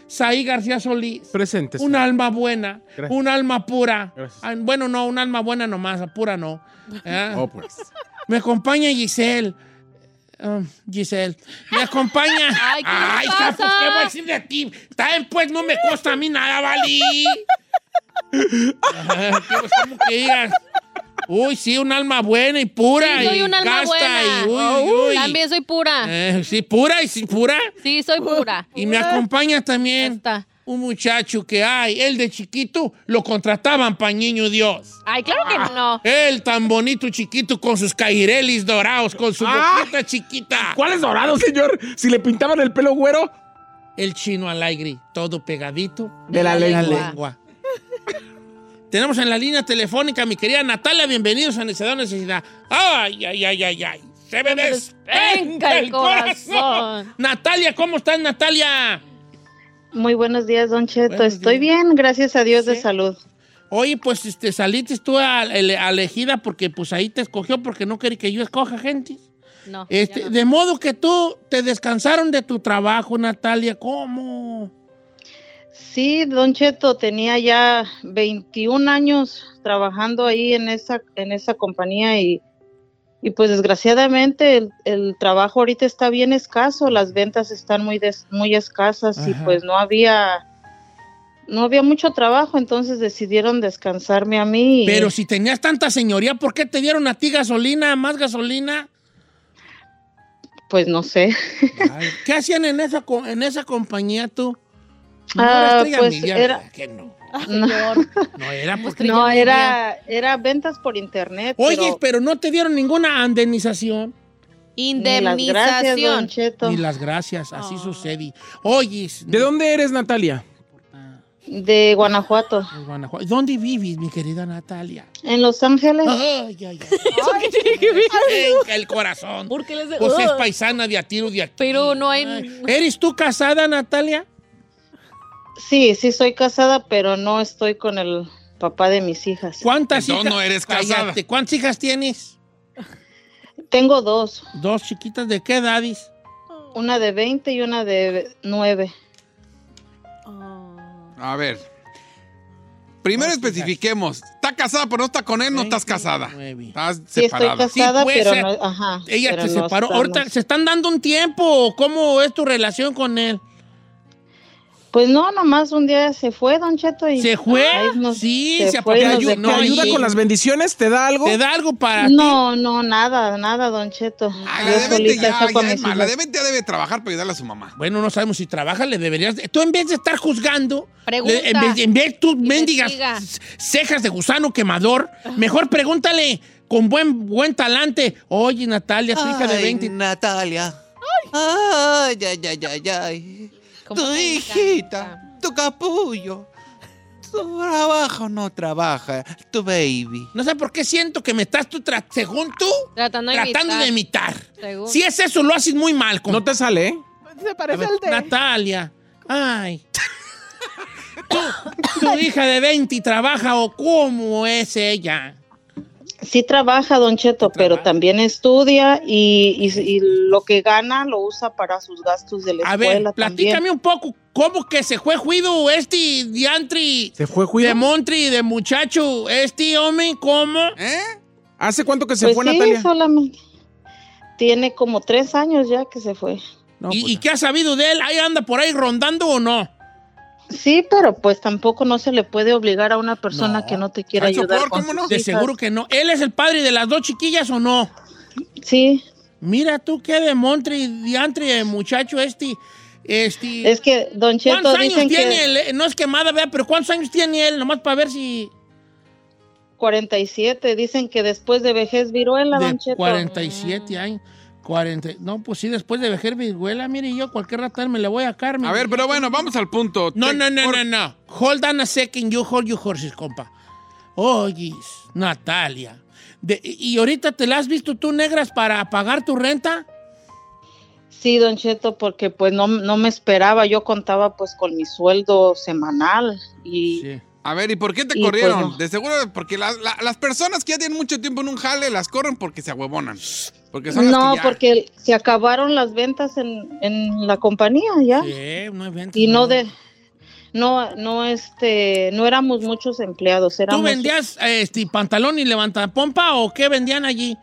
S3: Saí García Solís.
S4: Presentes.
S3: Un alma buena,
S4: Gracias.
S3: un alma pura.
S4: Gracias.
S3: Ah, Bueno, no, un alma buena nomás, pura no. ¿Ah?
S4: Oh, pues.
S3: Me acompaña Giselle. Ah, Giselle, me acompaña. Ay,
S4: ¿qué le
S3: está, pues,
S4: pasa?
S3: ¿qué voy a decir de ti? Está bien, pues no me cuesta a mí nada, Vali. Ajá, ¿qué, pues, ¿Cómo que digas? Uy, sí, un alma buena y pura.
S5: Sí, soy
S3: y
S5: un alma
S3: casta
S5: buena. Oh, uh,
S3: y uy, uy.
S5: También soy pura.
S3: Eh, sí, pura y sí, pura.
S5: Sí, soy pura.
S3: Y me acompaña también un muchacho que hay, él de chiquito lo contrataban pa' niño Dios. Ah.
S5: Ay, claro que no.
S3: Él tan bonito chiquito con sus cairelis dorados, con su
S4: Ah.
S3: boquita chiquita.
S4: ¿Cuál es dorado, señor? Si le pintaban el pelo güero.
S3: El chino al aire, todo pegadito.
S4: De la lengua.
S3: Tenemos en la línea telefónica mi querida Natalia, bienvenidos a Necesidad o Necesidad. Ay, ay, ay, ay, ay. Se me despenca el corazón. Natalia, ¿cómo estás, Natalia?
S9: Muy buenos días, Don Cheto.
S3: Buenos
S9: Estoy bien, gracias a Dios de salud.
S3: Oye, pues este, saliste tú a, ele- a elegida porque pues ahí te escogió porque no quería que yo escoja gente.
S5: No.
S3: Este, De modo que tú te descansaron de tu trabajo, Natalia. ¿Cómo?
S9: Sí, Don Cheto, tenía ya 21 años trabajando ahí en esa, en esa compañía y, y pues desgraciadamente el, el trabajo ahorita está bien escaso, las ventas están muy, des- muy escasas y
S10: Ajá.
S9: pues no había... No había mucho trabajo, entonces decidieron descansarme a mí. y-
S3: Pero si tenías tanta señoría, ¿por qué te dieron a ti gasolina, más gasolina?
S9: Pues no sé.
S3: ¿Qué hacían en esa, co- en esa compañía tú?
S9: Ah,
S3: era Estrella
S9: pues,
S3: Milla,
S9: era-
S3: ¿verdad que no?
S9: No,
S3: No era porque...
S9: no, era, era ventas por internet.
S3: Oye,
S9: pero-
S3: pero... no te dieron ninguna indemnización.
S9: Ni las gracias, Don Cheto.
S3: Ni las gracias, así sucede. Oye,
S4: ¿De dónde eres, Natalia?
S9: De Guanajuato.
S3: ¿Dónde vives, mi querida Natalia?
S9: En Los Ángeles.
S3: Ay, ay, ay. Venga, el corazón. Pues
S9: Oh.
S3: es paisana de a tiro de a tiro.
S5: Pero no hay...
S3: ¿Eres tú casada, Natalia?
S9: Sí, sí soy casada, pero no estoy con el papá de mis hijas.
S3: ¿Cuántas hijas? Cállate, ¿Cuántas hijas tienes?
S9: Tengo dos.
S3: Dos chiquitas, ¿de qué edades?
S9: Una de 20 y una de 9.
S7: A ver. Primero especifiquemos. ¿Está casada pero no está con él? No estás casada. Estás
S9: Sí, estoy
S7: separada.
S9: casada, pero
S3: eh,
S9: no- ajá,
S3: Ella
S9: pero
S3: te
S9: no
S3: separó. Ahorita
S9: estamos.
S3: se están dando un tiempo. ¿Cómo es tu relación con él?
S9: Pues no, nomás un día se fue, Don Cheto. Y
S3: ¿Se fue?
S9: Ay, nos-
S3: sí, se
S9: fue,
S3: apoyó.
S9: nos
S3: Ayu-
S9: dejó.
S3: no,
S4: ¿Te ayuda
S3: sí.
S4: con las bendiciones? ¿Te da algo?
S3: ¿Te da algo para Ah,
S9: No, no, nada, nada, Don Cheto.
S7: La
S9: Yo
S7: de 20
S9: solita
S7: ya,
S9: saco a
S7: ya
S9: mis
S7: es mala. La
S9: hijas.
S7: de 20 ya debe trabajar para ayudarle a su mamá.
S3: Bueno, no sabemos si trabaja, le deberías. de- Tú en vez de estar juzgando,
S7: Pregunta.
S3: le- en vez de en vez de tus mendigas
S7: Investiga.
S3: c- cejas de gusano quemador, mejor pregúntale con buen buen talante. Oye, Natalia, su hija de
S11: Ay,
S3: 20. Natalia.
S11: Ay, ay, ay, ay, ay. Tu hijita, tu capullo, tu trabajo.
S3: no trabaja, tu baby. No sé por qué siento que me estás tú, tra- según tú,
S5: Tratando de
S3: tratando de
S5: imitar.
S3: imitar.
S5: Según.
S3: Si es eso, lo haces muy mal. No te sale, ¿eh?
S6: Se parece
S3: A ver,
S6: al de...
S3: Natalia. Ay. Tú, tu hija de 20 trabaja o cómo es ella.
S9: Sí trabaja, Don Cheto, pero también estudia y, y- y lo que gana lo usa para sus gastos de la
S3: A ver,
S9: escuela
S3: platícame
S9: también.
S3: un poco. ¿Cómo que se fue juido este diantri? ¿Se fue juido? De Montri, de muchacho. Este hombre, ¿cómo? ¿Eh?
S4: ¿Hace cuánto que se
S9: Pues
S4: fue,
S9: sí,
S4: Natalia?
S9: solamente. Tiene como tres años ya que se fue.
S3: ¿Y, y qué ha sabido de él? ¿Ahí anda por ahí rondando o no?
S9: Sí, pero pues tampoco no se le puede obligar a una persona que no te quiera
S3: Pancho
S9: ayudar.
S3: Flor,
S9: con
S3: ¿cómo
S9: sus
S3: no? De
S9: hijas.
S3: seguro que no. ¿Él es el padre de las dos chiquillas o no?
S9: Sí.
S3: Mira tú qué de Montri, diantre, muchacho este. este
S9: Es que, Don Cheto,
S3: ¿Cuántos años
S9: dicen que-
S3: tiene él? Eh, No es quemada, vea, pero ¿cuántos años tiene él? Nomás para ver si...
S9: 47, dicen que después de vejez viruela,
S3: de
S9: Don Cheto.
S3: 47 años. 40. No, pues sí, después de vejer vihuela, mire, yo cualquier rato me la voy a Carmen.
S7: A ver, pero bueno, vamos al punto.
S3: No,
S7: Te-
S3: no, no,
S7: por-
S3: no, no. Hold on a second, you hold your horses, compa. Oye, Natalia. de- ¿Y y ahorita te la has visto tú negras para pagar tu renta?
S9: Sí, don Cheto, porque pues no, no me esperaba, yo contaba pues con mi sueldo semanal y
S7: A ver, ¿y por qué te
S9: Y, pues,
S7: corrieron?
S9: no.
S7: De seguro, porque la- la- las personas que ya tienen mucho tiempo en un jale las corren porque se ahuevonan. Porque son las
S9: no,
S7: que ya-
S9: porque se acabaron las ventas en, en la compañía ya. y no de no no este no éramos muchos empleados,
S3: ¿Tú
S9: éramos
S3: vendías eh, este, pantalón y levanta pompa o qué vendían allí?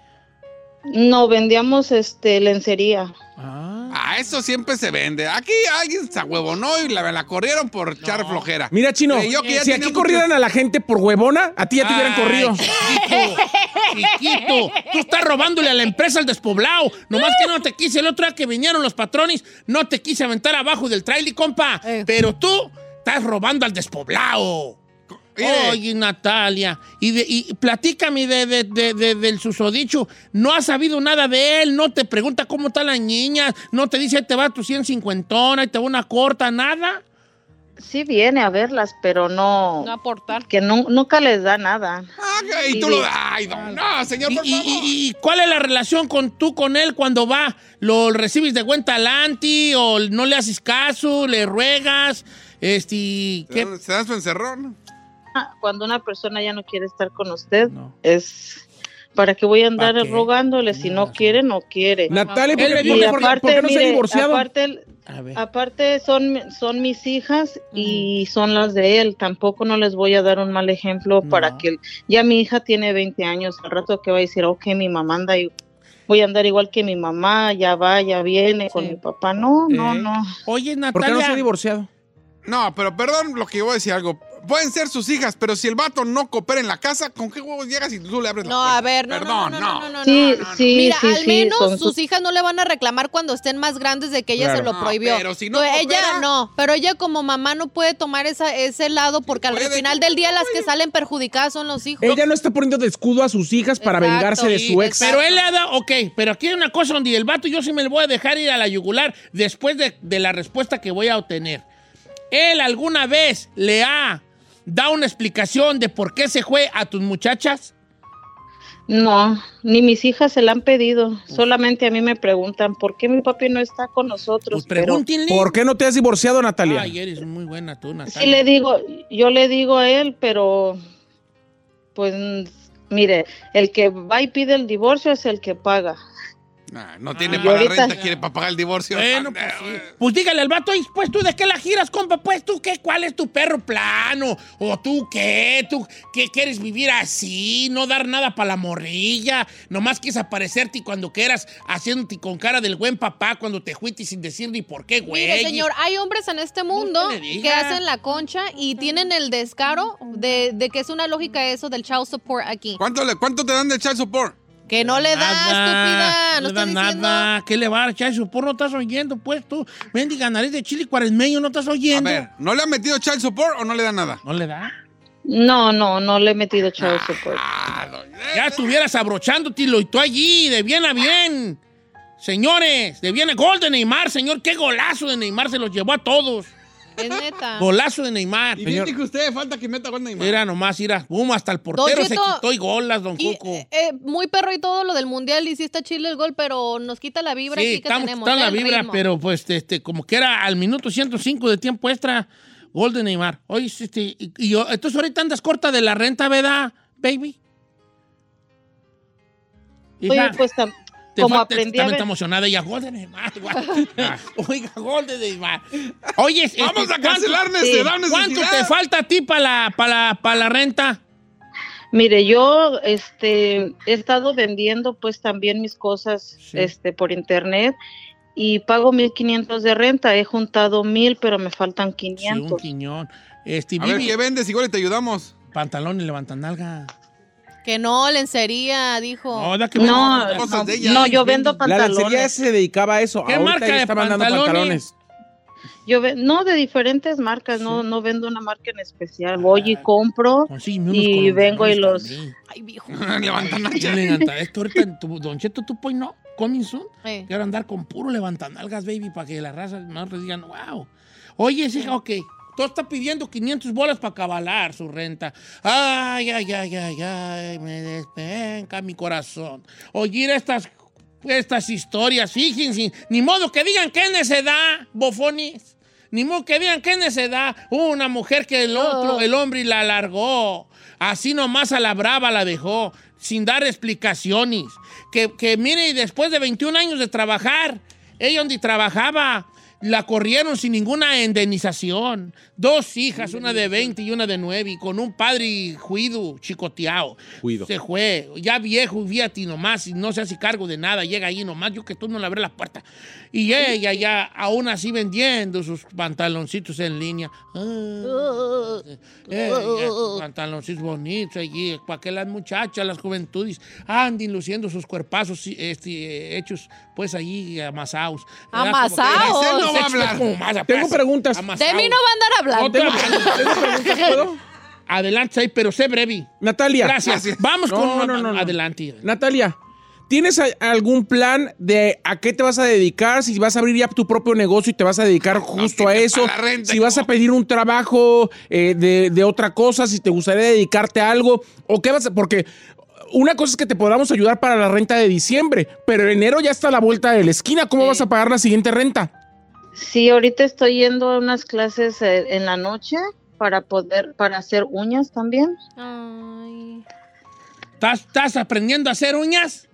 S9: no vendíamos este lencería.
S7: Ah, eso siempre se vende. Aquí alguien se ahuevonó y la, la corrieron por echar flojera.
S4: Mira, Chino,
S7: Eh, yo que ya
S4: si
S7: tenía
S4: aquí
S7: mucho-
S4: corrieran a la gente por huevona, a ti ya te hubieran
S3: Ay,
S4: corrido.
S3: Chiquito, chiquito, tú estás robándole a la empresa al despoblado. Nomás que no te quise el otro día que vinieron los patrones, no te quise aventar abajo del trailer, compa. Pero tú estás robando al despoblado.
S7: Mire.
S3: Oye, Natalia, y, de- y platícame de, de- de- de- del susodicho. No has sabido nada de él, no te pregunta cómo están las niñas, no te dice, ahí te va tu 150 y te va una corta, nada.
S9: Sí viene a verlas, pero no
S5: No aportar.
S9: que nu- nunca les da nada.
S7: Y tú lo Ay, no, no, señor,
S3: ¿Y, y- y- y cuál es la relación con tú con él cuando va? ¿Lo recibes de cuenta adelante o no le haces caso, le ruegas? Este, ¿qué?
S7: Se dan su encerrón.
S9: Ah, Cuando una persona ya no quiere estar con usted, es para que voy a andar
S3: ¿Pa' qué?
S9: rogándole si no quiere no quiere.
S4: Natalia, ¿por qué-
S9: Y
S4: por qué- por qué-
S9: aparte,
S4: por qué no se ha
S9: mire,
S4: divorciado?
S9: aparte-
S3: A ver.
S9: Aparte son, son mis hijas
S4: Mm.
S9: y son las de él. Tampoco no les voy a dar un mal ejemplo para que... Ya mi hija tiene 20 años. Al rato que va a decir, ok, mi mamá anda... i- Voy a andar igual que mi mamá, ya va, ya viene con mi papá. No, no,
S7: Eh.
S9: no.
S3: Oye, Natalia.
S4: divorciado?
S7: No, pero perdón lo que yo voy a decir algo. Pueden ser sus hijas, pero si el vato no coopera en la casa, ¿con qué huevos llegas y tú le abres la
S5: No,
S7: puerta?
S5: a ver, no, no,
S7: Perdón, no.
S9: sí, sí,
S5: Mira,
S9: sí,
S5: al
S9: sí,
S5: menos
S9: son
S5: sus hijas no le van a reclamar cuando estén más grandes de que ella
S7: Claro.
S5: se lo
S7: No,
S5: prohibió.
S7: pero si no
S5: Entonces,
S7: coopera-
S5: ella no, pero ella como mamá no puede tomar esa, ese lado porque al final del día las que salen perjudicadas son los hijos.
S4: Ella no está poniendo de escudo a sus hijas para
S5: Exacto,
S4: vengarse de
S5: sí,
S4: su ex.
S3: Pero él le ha dado, ok, pero aquí hay una cosa donde el vato yo sí me le voy a dejar ir a la yugular después de, de la respuesta que voy a obtener. ¿Él alguna vez le ha dado una explicación de por qué se fue a tus muchachas?
S9: No, ni mis hijas se la han pedido. Solamente a mí me preguntan, ¿por qué mi papi no está
S4: Pues
S9: con nosotros? Pero-
S4: ¿Por qué no te has divorciado, Natalia?
S3: Ay, eres muy buena tú, Natalia.
S9: Sí le digo, yo le digo a él, pero pues mm, mire, el que va y pide el divorcio es el que paga.
S7: Nah, no tiene
S9: Ah,
S7: para la
S9: ahorita-
S7: renta, quiere para pagar el divorcio.
S3: Bueno, pues sí. Pues dígale al vato, "Oye, pues tú de qué la giras, compa, pues tú qué, cuál es tu perro plano, o tú qué, tú qué quieres vivir así, no dar nada para la morrilla, nomás quieres aparecerte y cuando quieras, haciéndote con cara del buen papá cuando te juites sin decir ni por qué, güey.
S5: Mire, señor, hay hombres en este mundo que
S3: diga.
S5: hacen la concha y tienen el descaro de, de que es una lógica eso del child support aquí.
S7: ¿Cuánto, le- ¿Cuánto te dan de child support?
S5: Que no le da, estúpida. No
S3: le da
S5: estás diciendo.
S3: nada, ¿qué le va a echar su porno? No estás oyendo, pues tú, mendiga nariz de chile cuaresmeño, no estás oyendo.
S7: ¿No le han metido child support o no le dan nada?
S3: ¿No le da?
S9: No, no, no le he metido chavo
S3: Ah.
S9: support.
S3: Ya estuvieras abrochándote y tú allí, de bien a bien. Señores, de bien a gol de Neymar, señor. Qué golazo de Neymar, se los llevó a todos.
S5: Es neta.
S3: Golazo de Neymar.
S7: Y
S3: señor.
S7: bien que usted falta que meta gol Neymar.
S3: Era nomás, mira, boom, hasta el portero
S5: Don
S3: se
S5: Cheto,
S3: quitó y golas, don
S5: y-
S3: Cuco.
S5: Eh, muy perro y todo lo del mundial y sí está chile el gol, pero nos quita la vibra
S3: Sí,
S5: aquí que
S3: estamos
S5: tenemos. ¿eh,
S3: quitando la
S5: el
S3: vibra,
S5: ritmo.
S3: pero pues este, como que era al minuto 105 de tiempo extra, gol de Neymar. Oye, este, y, y yo, entonces ahorita andas corta de la renta, ¿verdad, baby?
S9: Oye,
S3: Hija.
S9: pues tam-
S3: Te
S9: como
S3: falta-
S9: aprendí
S3: también
S9: a ver-
S3: está emocionada ella. Gol de Neymar, guau. Oiga, gol de Neymar. Oye,
S7: Vamos a cancelar necesidad,
S3: ¿cuánto, ¿Cuánto
S7: necesidad?
S3: te falta a ti para la, para la- para la renta?
S9: Mire, yo este he estado vendiendo pues también mis cosas este por internet y pago 1500 de renta, he juntado 1000, pero me faltan 500.
S3: Sí, un quiñón. Este,
S7: A ver,
S3: Vivi,
S7: ¿qué vendes? Igual y te ayudamos.
S3: Pantalón y levantan nalga.
S5: Que no, lencería, dijo.
S3: No, da que
S9: No, no, no, yo vendo
S4: La lencería
S9: pantalones.
S4: se dedicaba a eso.
S3: Pues ¿Qué
S4: Ahorita
S3: marca
S4: ya
S3: de
S4: está mandando
S3: pantalones?
S4: pantalones.
S9: Yo ve- no de diferentes marcas, no no vendo una marca en especial. Voy
S3: Ah.
S9: y compro y vengo y los
S5: Ay, viejo.
S3: Levantanalgas. Esto ahorita, en tu, Don Cheto, tu pues no, coming soon. Quiero andar con puro levantanalgas, baby, para que la raza no te digan, wow. Oye, sí, ok. Tú estás pidiendo 500 bolas para cabalar su renta. Ay, ay, ay, ay, ay, me despenca mi corazón. Oír estas, estas historias, fíjense. Ni modo que digan qué necedad, bofones. Ni modo que digan qué necedad. Una mujer que el otro, el hombre la largó. Así nomás a la brava la dejó, sin dar explicaciones. Que, que mire, y después de 21 años de trabajar, ella donde trabajaba, la corrieron sin ninguna indemnización. Dos hijas, una de 20 y una de 9, y con un padre juido, chicoteado.
S4: Cuido.
S3: Se fue, ya viejo, fíjate nomás, y no se hace cargo de nada, llega ahí nomás, yo que tú no le abrí la puerta. Y ella ya, aún así vendiendo sus pantaloncitos en línea. Ah, eh, ya, sus pantaloncitos bonitos allí, para que las muchachas, las juventudes, anden luciendo sus cuerpazos sí, este, eh, hechos, pues allí amasados. ¿Verdad? Como que-
S5: Amasados. Ese no va a hablar.
S3: Pues, Como más a
S4: Tengo
S3: paso.
S4: preguntas.
S3: Amasados.
S5: De mí Ah, no va a andar hablando.
S3: Adelante, ahí, pero sé breve.
S4: Natalia.
S3: Gracias. Vamos con una-
S4: Adelante. Natalia, ¿tienes a- algún plan de a qué te vas a dedicar? Si vas a abrir ya tu propio negocio y te vas a dedicar justo a eso. Si vas a pedir un trabajo eh, de, de otra cosa, si te gustaría dedicarte a algo. ¿O qué vas a...? Porque... Una cosa es que te podamos ayudar para la renta de diciembre, pero enero ya está a la vuelta de la esquina. ¿Cómo vas a pagar la siguiente renta?
S9: Sí, ahorita estoy yendo a unas clases eh, en la noche para poder para hacer uñas también.
S3: ¿Estás, estás aprendiendo a hacer uñas?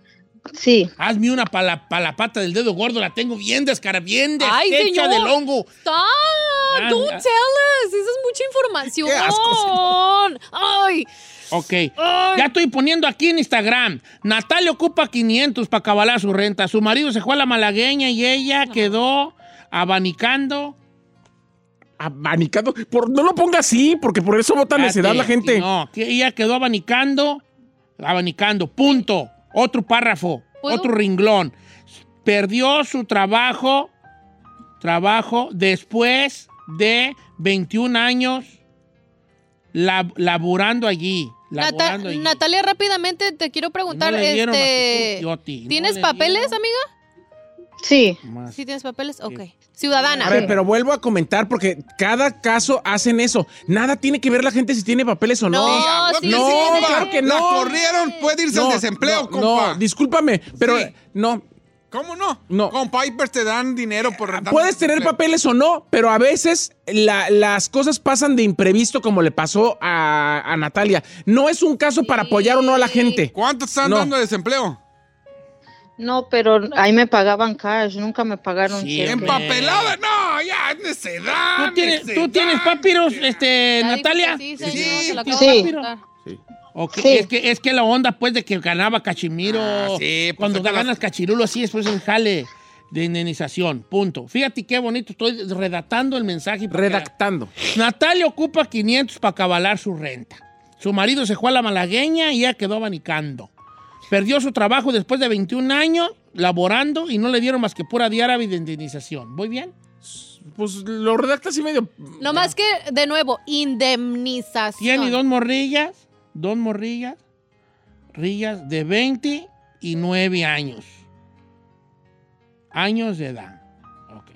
S9: Sí.
S3: Hazme una para la, pa' la pata del dedo gordo, la tengo bien descara, bien
S5: Ay,
S3: deshecha
S5: señor.
S3: del hongo.
S5: Stop.
S3: Ah,
S5: Don't
S3: ah.
S5: tell us. Esa es mucha información.
S3: Qué asco,
S5: Ay.
S3: Ok. Ya estoy poniendo aquí en Instagram. Natalia ocupa 500 para cabalar su renta. Su marido se fue a la malagueña y ella quedó abanicando.
S4: Abanicando. Por, no lo ponga así, porque por eso vota necedad
S3: Espérate,
S4: la gente.
S3: No, que ella quedó abanicando, abanicando, punto. Otro párrafo,
S4: ¿Puedo?
S3: otro renglón. Perdió su trabajo, trabajo después de 21 años lab- laburando allí.
S5: Nata-
S3: Laburando allí.
S5: Natalia, rápidamente te quiero preguntar,
S3: No le dieron a
S5: este,
S3: su cuyote, no
S5: ¿tienes
S3: le
S5: papeles, amiga?
S9: Sí.
S5: ¿Sí tienes papeles? Ok. Ciudadana.
S4: A ver, pero vuelvo a comentar porque cada caso hacen eso. Nada tiene que ver la gente si tiene papeles o no.
S5: No, sí
S4: no,
S5: tiene.
S4: claro que no.
S5: La
S7: corrieron, puede irse al desempleo,
S4: no,
S7: compa.
S4: No, discúlpame, pero no.
S7: ¿Cómo no?
S4: No. Eh,
S7: Con Piper te dan dinero por rentar.
S4: Puedes tener papeles o no, pero a veces la- las cosas pasan de imprevisto como le pasó a, a Natalia. No es un caso para apoyar o no a la gente.
S7: ¿Cuántos están dando de desempleo?
S9: No, pero ahí me pagaban cash, nunca me pagaron cheque.
S7: Empapelada, no, ya, necedad.
S3: ¿Tú tienes, ¿tú tienes papiros, este, Natalia?
S5: Sí, señor, se lo
S3: ¿tú
S5: acabo
S3: tienes
S5: de
S3: papiro?
S5: preguntar.
S3: Ok,
S5: Sí.
S3: Es, que, es que la onda, pues, de que ganaba Cachimiro. cuando da ganas Cachirulo, así después el jale de indemnización. Punto. Fíjate qué bonito, estoy redactando el mensaje.
S4: Redactando.
S3: Natalia ocupa 500 para cabalar su renta. Su marido se fue a la malagueña y ella quedó abanicando. Perdió su trabajo después de 21 años laborando y no le dieron más que pura diaria de indemnización. ¿Voy bien?
S4: Pues lo redactas y medio.
S5: No más que, de nuevo, indemnización.
S3: Tiene dos morrillas, dos morrillas, rillas de 20 y 9 años. Años de edad. Ok.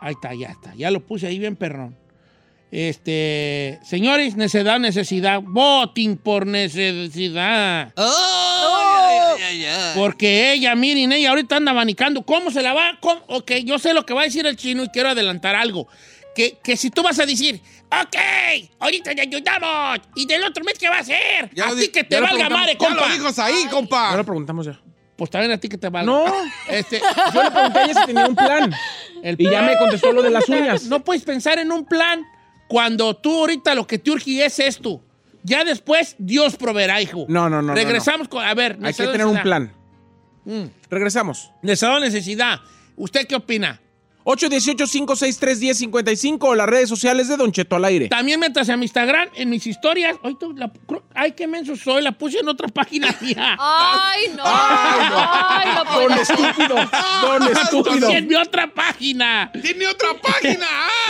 S3: Ahí está, ya está. Ya lo puse ahí bien, perrón. Este, señores, necedad, necesidad. Voting por necesidad.
S12: Oh.
S3: Porque ella, miren, ella ahorita anda abanicando. ¿Cómo se la va? ¿Cómo? Ok, yo sé lo que va a decir el chino y quiero adelantar algo. Que, que si tú vas a decir, ok, ahorita te ayudamos, y del otro mes, ¿qué va a hacer?
S7: Ya
S3: a
S7: lo
S3: ti
S7: di-
S3: que
S7: ya
S3: te
S7: lo
S3: valga
S7: preguntamos-
S3: madre,
S7: ya
S3: compa.
S7: lo dijo ahí, compa.
S4: Ya lo preguntamos ya.
S3: Pues también a ti que te valga.
S4: No.
S3: Este,
S4: Yo le pregunté a ella si tenía un plan.
S3: El
S4: Y ya me contestó lo de las uñas.
S3: No puedes pensar en un plan cuando tú ahorita lo que te urge es esto. Ya después, Dios proveerá, hijo.
S4: No, no, no, no.
S3: Regresamos con. A ver,
S4: no. Hay que
S3: necesidad,
S4: tener un
S3: necesidad.
S4: plan.
S3: Mm.
S4: Regresamos.
S3: Necesidad, necesidad. ¿Usted qué opina?
S4: 818-563-1055 o las redes sociales de Don Cheto al aire.
S3: También métase a mi Instagram en mis historias. Ay, tú, la- cro- ay, qué menso soy. La puse en otra página mía.
S5: Ay, no.
S3: Ah,
S5: Ay, no pues. puede
S3: Don
S5: ser.
S3: estúpido. Don
S4: estúpido.
S3: pues, en mi otra página. Tiene otra página.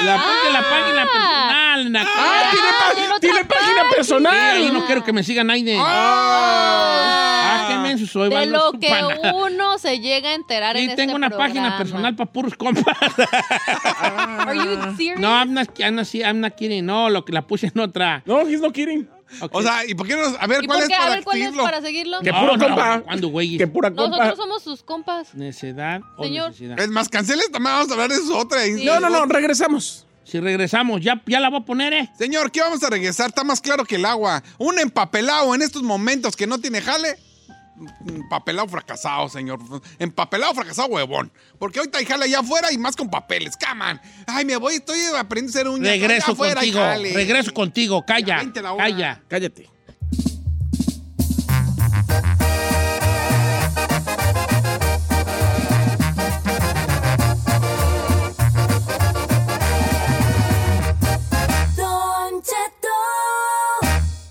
S3: La puse en la página personal, Natalia.
S4: Ah, tiene pa- tiene tiene otra página página. personal.
S3: Sí, ahí no quiero que me sigan ahí de. Ah, qué menso soy.
S5: De
S3: vale, no
S5: lo
S3: supa
S5: que
S3: nada.
S5: uno se llega a enterar en
S3: Sí,
S5: este
S3: tengo una página
S5: programa.
S3: personal para puros compas.
S5: Are you serious?
S3: No, I'm not, I'm not- I'm not kidding. No, lo que la puse en otra.
S4: No, he's not kidding.
S7: O sea, ¿y por qué no? A ver,
S5: ¿Y
S7: ¿cuál es
S5: por qué? A
S7: para
S5: ver, ¿cuál es
S7: activarlo?
S5: para seguirlo?
S7: Que puro compa.
S3: Cuando, güey.
S4: Que pura
S5: Nosotros somos sus compas.
S3: Necedad o
S5: Señor.
S3: necesidad.
S7: Es más, cancela esta, vamos a hablar de su otra.
S3: No, no, no,
S4: regresamos.
S3: Si regresamos, ya, ya la voy a poner, ¿eh?
S7: Señor, ¿qué vamos a regresar? Está más claro que el agua. Un empapelado en estos momentos que no tiene jale. Empapelado fracasado, señor. Empapelado fracasado, huevón. Porque ahorita hay jale allá afuera y más con papeles. Caman. Ay, me voy, estoy aprendiendo a hacer uñas.
S3: Regreso
S7: Allá afuera hay
S3: contigo.
S7: jale.
S3: Regreso contigo. Calla. Calla.
S4: Cállate.
S10: Don Cheto.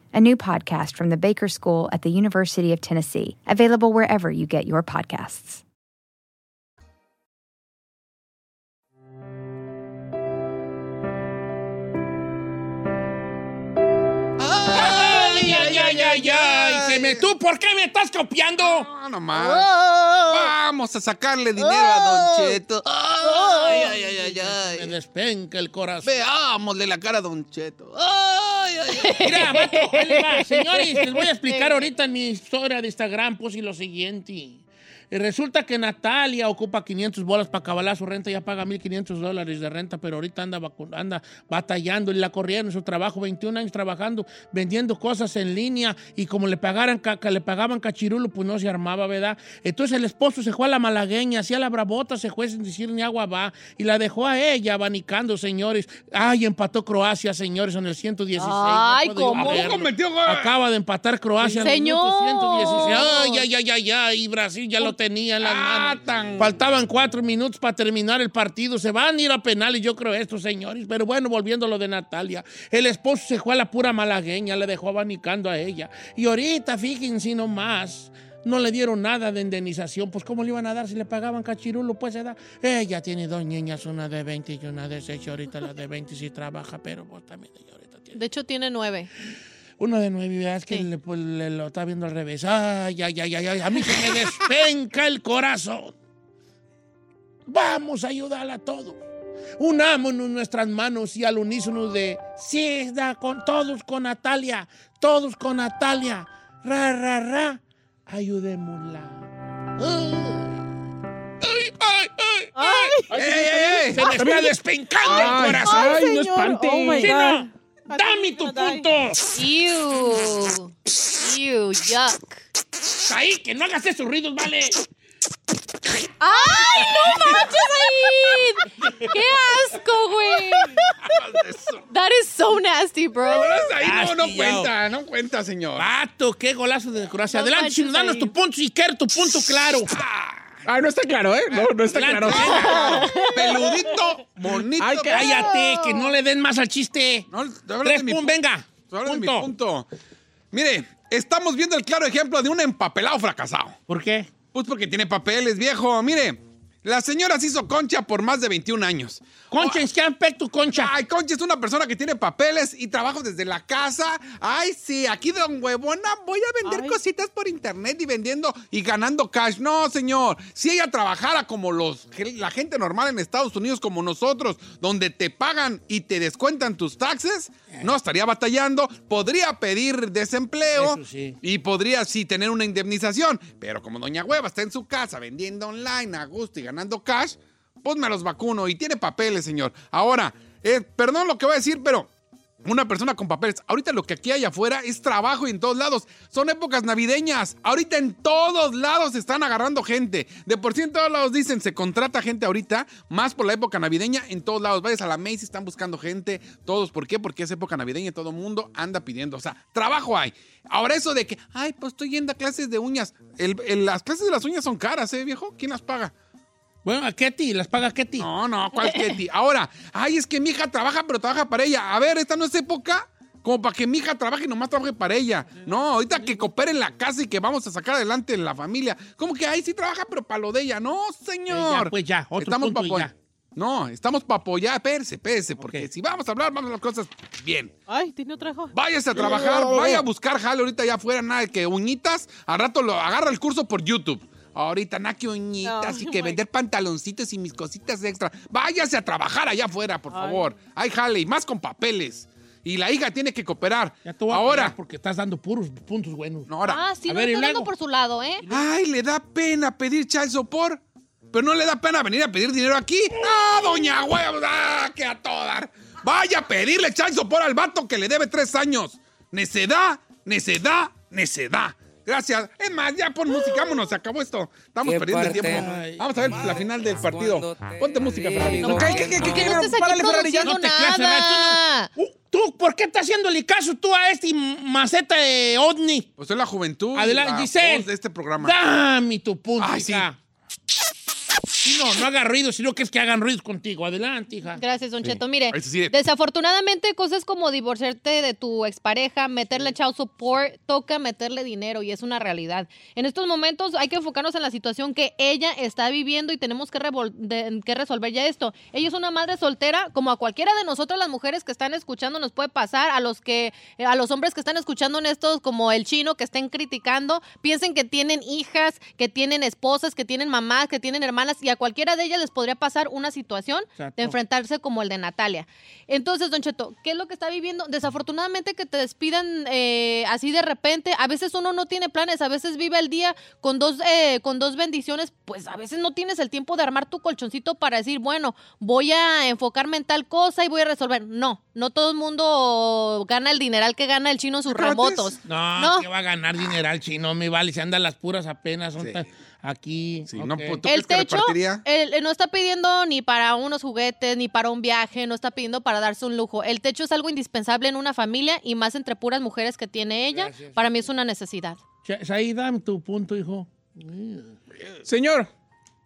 S13: a new podcast from the Baker School at the University of Tennessee, available wherever you get your podcasts.
S3: Ay, ay, ay, ay, ay. Se me- ¿Tú por qué me estás copiando? Oh.
S7: No, nomás. Vamos a sacarle dinero a Don Cheto. Oh. Ay, ay, ay, ay, ay.
S3: Me despenca el corazón.
S7: Veámosle la cara a Don Cheto.
S3: Mira, vato, ahí les va. señores, les voy a
S5: Eh.
S3: explicar ahorita en mi historia de Instagram, pues, y lo siguiente. Y Resulta que Natalia ocupa 500 bolas para cabalar su renta, ya paga 1.500 dólares de renta, pero ahorita anda, vacu- anda batallando y la corrieron en su trabajo, 21 años trabajando, vendiendo cosas en línea y como le, pagaran, ca- ca- le pagaban cachirulo, pues no se armaba, ¿verdad? Entonces el esposo se fue a la malagueña, hacía la bravota, se fue sin decir ni agua va y la dejó a ella abanicando, señores. Ay, empató Croacia, señores, en el 116. no
S5: Ay,
S3: puedo yo
S5: ¿cómo?
S3: creerlo.
S5: ¿A poco
S3: Acaba de empatar Croacia. en el
S5: Señor.
S3: minuto 116. Ay, ay, ay, ay, ay, Brasil ya lo tenía en las manos. Faltaban cuatro minutos para terminar el partido. Se van a ir a penales, yo creo, estos señores. Pero bueno, volviendo a lo de Natalia. El esposo se fue a la pura malagueña, le dejó abanicando a ella. Y ahorita, fíjense nomás. No le dieron nada de indemnización, pues ¿cómo le iban a dar si le pagaban cachirulo? Pues edad. Ella tiene dos niñas, una de 20 y una de 6, ahorita la de 20 sí trabaja, pero pues también
S5: De hecho, tiene nueve.
S3: uno de nueve, ¿verdad? Es que le, pues, le lo está viendo al revés. Ay, ay, ay, ay, ay, a mí se me despenca el corazón. Vamos a ayudar a todos. Unámonos nuestras manos y al unísono de sí, da con todos con Natalia, todos con Natalia. Ra, ra, ra. Ayudémosla. ¡Ay, ay, ay!
S11: Ay,
S3: ¡Ay,
S11: se
S3: ey,
S11: me-
S3: ey,
S11: se
S3: ey! Se
S11: me-
S3: me está despencando
S11: Ay,
S3: el corazón.
S11: ay, no Ay, señor. espante. Oh, my
S3: China,
S5: God.
S3: ¡Dame tu punto!
S5: Ew. Ew, yuck.
S3: ¡Ahí, que no hagas esos ruidos, vale!
S5: ¡Ay, no manches, Said! ¡Qué asco, güey! That is so nasty, bro.
S7: Ahí no, no cuenta, no cuenta, señor.
S3: Vato, qué golazo de Croacia.
S5: No
S3: Adelante,
S5: manches,
S3: chino, danos
S5: ahí.
S3: tu punto si quieres, tu punto claro.
S4: Ay, no está claro, ¿eh? No, no está claro.
S7: Peludito, bonito.
S3: Ay, cállate, que no le den más al chiste.
S7: No,
S3: Tres, pum, venga.
S7: Habla de mi punto. Mire, estamos viendo el claro ejemplo de un empapelado fracasado.
S3: ¿Por qué?
S7: Pues porque tiene papeles, viejo. Mire, La señora se hizo concha por más de 21 años.
S3: Concha, ¿en qué aspecto concha?
S7: Ay, concha es una persona que tiene papeles y trabajo desde la casa. Ay, sí, aquí don huevona voy a vender cositas por internet y vendiendo y ganando cash. No, señor. Si ella trabajara como los, la gente normal en Estados Unidos, como nosotros, donde te pagan y te descuentan tus taxes, no estaría batallando. Podría pedir desempleo
S3: Eso sí.
S7: y podría sí tener una indemnización. Pero como doña hueva está en su casa vendiendo online a gusto y ganando cash, pues me los vacuno y tiene papeles, señor. Ahora, eh, perdón lo que voy a decir, pero una persona con papeles, ahorita lo que aquí hay afuera es trabajo y en todos lados. Son épocas navideñas. Ahorita en todos lados están agarrando gente. De por sí en todos lados dicen, se contrata gente ahorita, más por la época navideña, en todos lados. Vayas a la Macy's, están buscando gente. Todos, ¿por qué? Porque es época navideña y todo el mundo anda pidiendo. O sea, trabajo hay. Ahora eso de que, ay, pues estoy yendo a clases de uñas. El- el- las clases de las uñas son caras, ¿eh, viejo? ¿Quién las paga?
S3: Bueno, a Ketty, las paga Ketty.
S7: No, no, ¿cuál Ketty? Ahora, ay, es que mi hija trabaja, pero trabaja para ella. A ver, esta no es época como para que mi hija trabaje y nomás trabaje para ella. No, ahorita que coopere en la casa y que vamos a sacar adelante la familia. Como que ahí sí trabaja, pero para lo de ella. No, señor.
S3: Eh, ya, pues ya, otro
S7: estamos
S3: punto
S7: para
S3: y
S7: apoyar. No, estamos para apoyar. Espérese, espérese, porque si vamos a hablar, vamos a las cosas bien.
S6: Ay, tiene otra hoja.
S7: Váyase a trabajar, vaya a buscar jale ahorita ya afuera, nada de que uñitas, al rato lo agarra el curso por YouTube. Ahorita, nada que uñitas
S6: No,
S7: y que
S6: my
S7: vender pantaloncitos y mis cositas extra. Váyase a trabajar allá afuera, por
S3: Ay.
S7: favor. Hay jale y más con papeles. Y la hija tiene que cooperar.
S3: Ya te voy a
S7: ahora.
S3: pagar porque estás dando puros puntos buenos.
S7: ahora.
S5: Ah, sí, no está dando por su lado, ¿eh?
S7: Ay, le da pena pedir child support. Pero no le da pena venir a pedir dinero aquí. ¡Ah, doña hueva! ¡Ah, que a todo dar! Vaya a pedirle child support al vato que le debe tres años. Necedad, necedad, necedad. Gracias. Es más, ya pon música, vámonos, se acabó esto. Estamos
S11: Qué
S7: perdiendo el
S11: parte.
S7: tiempo. Vamos a ver la final del partido. Ponte música, Ferrari.
S11: digo
S7: ¿Qué,
S11: que
S7: qué, qué,
S11: no.
S7: qué,
S11: Que
S7: qué?
S11: no estés aquí
S7: Párale, Ferrari, ya.
S3: No te creas, Ferrari, tú, no- Uh, tú, ¿por qué estás haciéndole caso tú a este maceta de ovni?
S7: Pues es la juventud.
S3: Adelante,
S7: la
S3: Giselle.
S7: voz de este programa.
S3: Dame tu punto,
S7: Ay, sí.
S3: hija. Sí, no, no haga ruido, sino que es que hagan ruido contigo. Adelante, hija.
S5: Gracias, Don
S3: Sí.
S5: Cheto. Mire,
S3: Eso sí.
S5: desafortunadamente cosas como divorciarte de tu expareja, meterle chao support, toca meterle dinero y es una realidad. En estos momentos hay que enfocarnos en la situación que ella está viviendo y tenemos que, revol- de- que resolver ya esto. Ella es una madre soltera, como a cualquiera de nosotras las mujeres que están escuchando nos puede pasar, a los que eh, a los hombres que están escuchando en estos como el chino que estén criticando, piensen que tienen hijas, que tienen esposas, que tienen mamás, que tienen hermanas y a cualquiera de ellas les podría pasar una situación
S3: Exacto.
S5: de enfrentarse como el de Natalia. Entonces, Don Cheto, ¿qué es lo que está viviendo? Desafortunadamente que te despidan eh, así de repente, a veces uno no tiene planes, a veces vive el día con dos, eh, con dos bendiciones, pues a veces no tienes el tiempo de armar tu colchoncito para decir, bueno, voy a enfocarme en tal cosa y voy a resolver. No, no todo el mundo gana el dineral que gana el chino en sus remotos.
S3: No,
S5: No.
S3: que va a ganar dineral chino, me vale. Se andan las puras apenas. son tan- Aquí.
S7: no,
S3: ok.
S7: pues, ¿tú
S5: El techo el- el no está pidiendo ni para unos juguetes, ni para un viaje, no está pidiendo para darse un lujo. El techo es algo indispensable en una familia y más entre puras mujeres que tiene ella.
S3: Gracias.
S5: Para mí es una necesidad.
S3: Che, Saí, dame tu punto, hijo.
S4: Señor,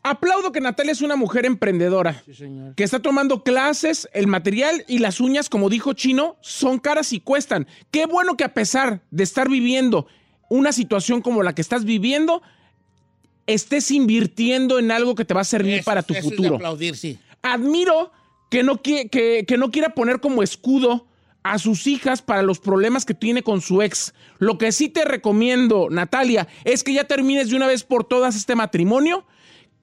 S4: aplaudo que Natalia es una mujer emprendedora. Que está tomando clases, el material y las uñas, como dijo Chino, son caras y cuestan. Qué bueno que a pesar de estar viviendo una situación como la que estás viviendo, estés invirtiendo en algo que te va a servir para tu
S3: Eso es de
S4: futuro.
S3: aplaudir, sí.
S4: Admiro que no, qui- que, que no quiera poner como escudo a sus hijas para los problemas que tiene con su ex. Lo que sí te recomiendo, Natalia, es que ya termines de una vez por todas este matrimonio.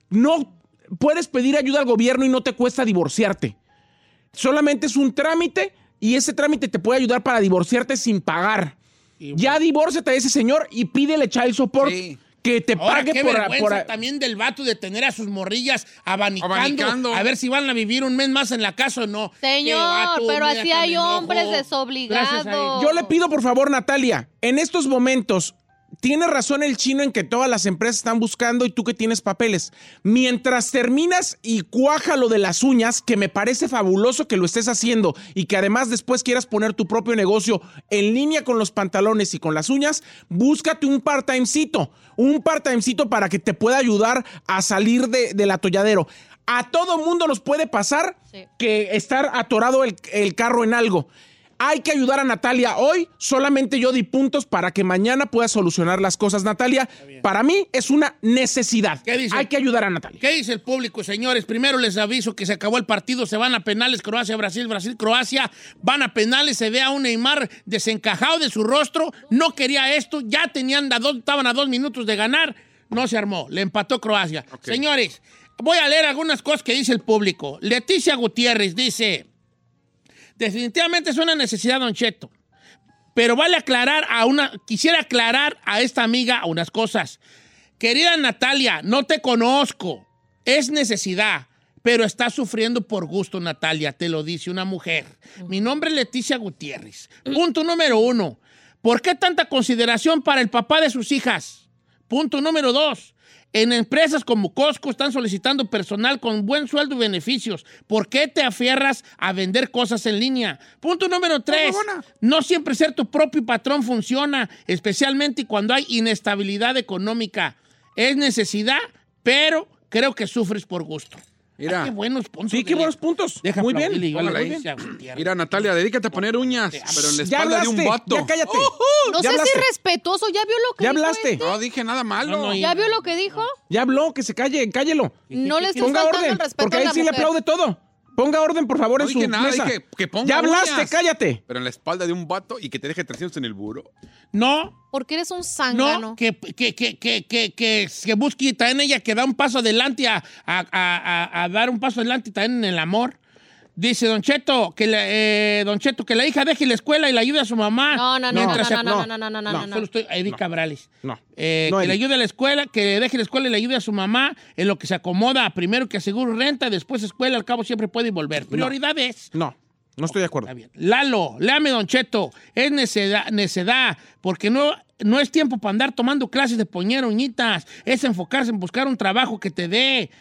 S4: No puedes pedir ayuda al gobierno y no te cuesta divorciarte. Solamente es un trámite y ese trámite te puede ayudar para divorciarte sin pagar. Ya divórciate de ese señor y pídele child support que te
S3: Ahora,
S4: pague
S3: qué
S4: por,
S3: vergüenza
S4: por-
S3: también del vato de tener a sus morrillas abanicando,
S4: Abanicando.
S3: a ver si van a vivir un mes más en la casa o no.
S5: Señor, pero así hay hombres desobligados.
S4: Yo le pido, por favor, Natalia, en estos momentos, tiene razón el chino en que todas las empresas están buscando y tú que tienes papeles. Mientras terminas y cuaja lo de las uñas, que me parece fabuloso que lo estés haciendo y que además después quieras poner tu propio negocio en línea con los pantalones y con las uñas, búscate un part-timecito, un part-timecito para que te pueda ayudar a salir de- del atolladero. A todo mundo nos puede pasar que estar atorado el, el carro en algo. Hay que ayudar a Natalia hoy. Solamente yo di puntos para que mañana pueda solucionar las cosas, Natalia. Para mí es una necesidad. Hay que ayudar a Natalia.
S3: ¿Qué dice el público, señores? Primero les aviso que se acabó el partido, se van a penales Croacia-Brasil, Brasil-Croacia, van a penales, se ve a un Neymar desencajado de su rostro, no quería esto, ya tenían a dos, estaban a dos minutos de ganar, no se armó, le empató Croacia. Señores, voy a leer algunas cosas que dice el público. Leticia Gutiérrez dice, definitivamente es una necesidad, Don Cheto. Pero vale aclarar a una. Quisiera aclarar a esta amiga unas cosas. Querida Natalia, no te conozco. Es necesidad, pero estás sufriendo por gusto, Natalia, te lo dice una mujer. Mi nombre es Leticia Gutiérrez. Punto número uno. ¿Por qué tanta consideración para el papá de sus hijas? Punto número dos. En empresas como Costco están solicitando personal con buen sueldo y beneficios. ¿Por qué te afierras a vender cosas en línea? Punto número tres. No siempre ser tu propio patrón funciona, especialmente cuando hay inestabilidad económica. Es necesidad, pero creo que sufres por gusto. Mira. qué buenos puntos. Sí, qué buenos
S4: puntos.
S7: Muy bien. Póngala ahí. Mira, Natalia, dedícate a poner uñas, pero en la
S3: Ya
S7: espalda de un
S3: hablaste,
S7: vato.
S3: ya cállate.
S5: No sé si respetuoso, ya vio lo que dijo este?
S7: No dije nada malo.
S5: ¿Ya vio lo que dijo?
S4: Ya habló, que se calle, cállelo.
S5: No le estés
S4: Ponga
S5: faltando
S4: orden,
S5: el respeto
S4: porque
S5: a
S4: él
S5: la
S4: sí le
S5: mujer.
S4: aplaude todo. Ponga orden, por favor,
S7: No
S4: en
S7: dije
S4: su
S7: nada,
S4: mesa.
S7: dije que ponga
S4: ya hablaste,
S7: uñas.
S4: cállate.
S7: Pero en la espalda de un vato y que te deje 300 en el buro.
S3: No,
S5: Porque eres un
S3: no,
S5: zángano.
S3: que, que, que, que, que, que, que busque y también ella que da un paso adelante a, a- a- a- a dar un paso adelante también en el amor. Dice Don Cheto, que la, eh, Don Cheto, que la hija deje la escuela y la ayude a su mamá.
S5: No, no, no,
S3: Mientras
S5: no,
S3: se-
S5: no, no, no, no, no, no, no.
S3: Solo estoy, Edith Cabrales.
S4: No.
S3: Eh,
S4: No,
S3: que
S4: él.
S3: le ayude a la escuela, que deje la escuela y le ayude a su mamá en lo que se acomoda. Primero que asegure renta, después escuela, al cabo siempre puede volver. Prioridades.
S4: No, no estoy de acuerdo.
S3: Lalo, léame, Don Cheto. Es necedad, necedad, porque no, no es tiempo para andar tomando clases de poñero, uñitas. Es enfocarse en buscar un trabajo que te dé.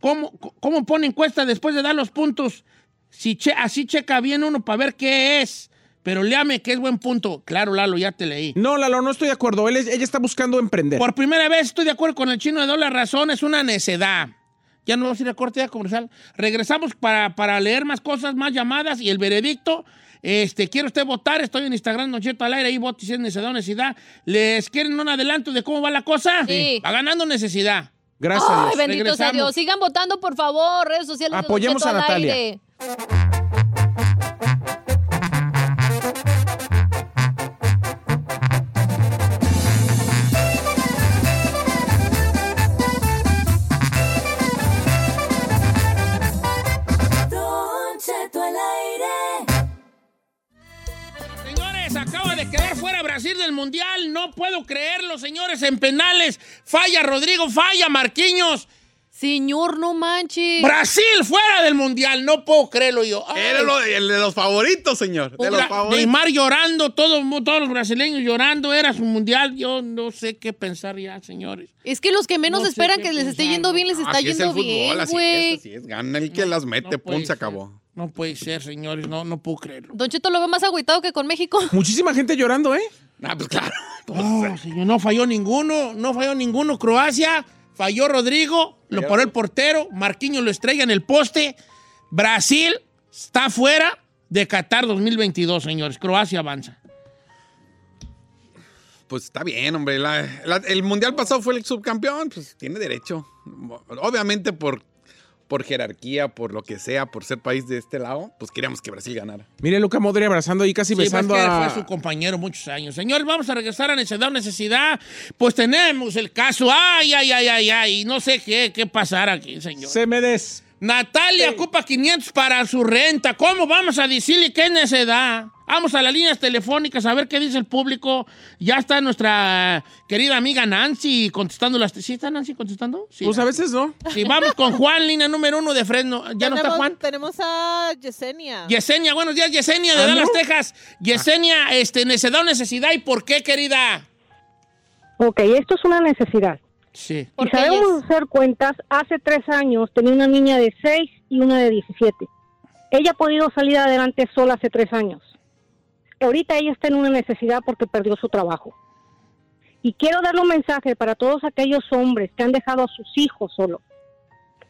S3: ¿Cómo, cómo pone encuesta después de dar los puntos? Si che- así checa bien uno para ver qué es. Pero léame que es buen punto. Claro, Lalo, ya te leí.
S4: No, Lalo, no estoy de acuerdo. Él es- ella está buscando emprender.
S3: Por primera vez estoy de acuerdo con el chino de doble razón, es una necedad. Ya no vamos a ir a corte ya comercial. Regresamos para, para leer más cosas, más llamadas y el veredicto. Este, quiere usted votar, estoy en Instagram, Don Cheto al aire, ahí vote si es necedad o necesidad. ¿Les quieren un adelanto de cómo va la cosa?
S5: Sí.
S3: Va ganando necesidad.
S4: Gracias
S5: Ay, bendito sea Dios. Sigan votando, por favor, redes sociales. de Don
S3: Apoyemos
S5: Cheto
S3: a
S5: al
S3: Natalia.
S5: aire.
S10: Don Cheto al aire.
S3: Señores, acaba de quedar fuera Brasil del Mundial. No puedo creerlo, señores, en penales. Falla Rodrigo, falla Marquinhos.
S5: Señor, no manches.
S3: Brasil fuera del Mundial. No puedo creerlo yo. Ay.
S7: Era lo- el de los favoritos, señor. Eh, De los
S3: Bra-
S7: favoritos.
S3: Neymar llorando, todo el mu- todos los brasileños llorando, era su mundial. Yo no sé qué pensar ya, señores.
S5: Es que los que menos
S3: No sé
S5: esperan
S3: qué
S5: que les esté
S3: pensar,
S5: yendo bien, les está
S7: Así es el
S5: yendo
S7: fútbol,
S5: bien,
S7: así
S5: güey.
S7: es, así es. Gana el que las mete,
S3: no
S7: pum,
S3: puede
S7: se
S3: ser.
S7: acabó.
S3: No puede ser, señores, no, no puedo creerlo.
S5: Don Cheto lo ve más agüitado que con México.
S4: Muchísima gente llorando, ¿eh?
S7: Ah, pues claro.
S3: No, señor, no falló ninguno, no falló ninguno. Croacia, falló Rodrigo, lo paró el portero, Marquinhos lo estrella en el poste. Brasil está fuera de Qatar 2022, señores. Croacia avanza.
S7: Pues está bien, hombre. La- la- el mundial pasado fue el subcampeón, pues tiene derecho. Obviamente por, por jerarquía, por lo que sea, por ser país de este lado, pues queríamos que Brasil ganara.
S4: Mire, Luca Modri abrazando ahí, casi
S3: Sí, pues,
S4: besando
S3: que
S4: a...
S3: fue su compañero muchos años. Señor, vamos a regresar a necesidad o necesidad. Pues tenemos el caso. Ay, ay, ay, ay, ay. No sé qué, qué pasará aquí, señor.
S4: Se me des.
S3: Natalia ocupa 500 para su renta. ¿Cómo vamos a decirle qué necedad? Vamos a las líneas telefónicas a ver qué dice el público. Ya está nuestra querida amiga Nancy contestando las... ¿Sí está Nancy contestando? Sí.
S4: Pues a veces no.
S3: Sí, vamos con Juan, línea número uno de Fresno. ¿Ya no está Juan?
S6: Tenemos a Yesenia.
S3: Yesenia, buenos días, Yesenia de
S6: ¿Ah, no?
S3: Dallas, Texas.
S7: Ah.
S3: Yesenia, este, necesidad o necesidad y por qué, querida.
S14: Ok, esto es una necesidad.
S3: Sí.
S14: Y sabemos hacer cuentas, hace tres años tenía una niña de seis y una de 17. Ella ha podido salir adelante sola hace tres años. Ahorita ella está en una necesidad porque perdió su trabajo. Y quiero darle un mensaje para todos aquellos hombres que han dejado a sus hijos solo,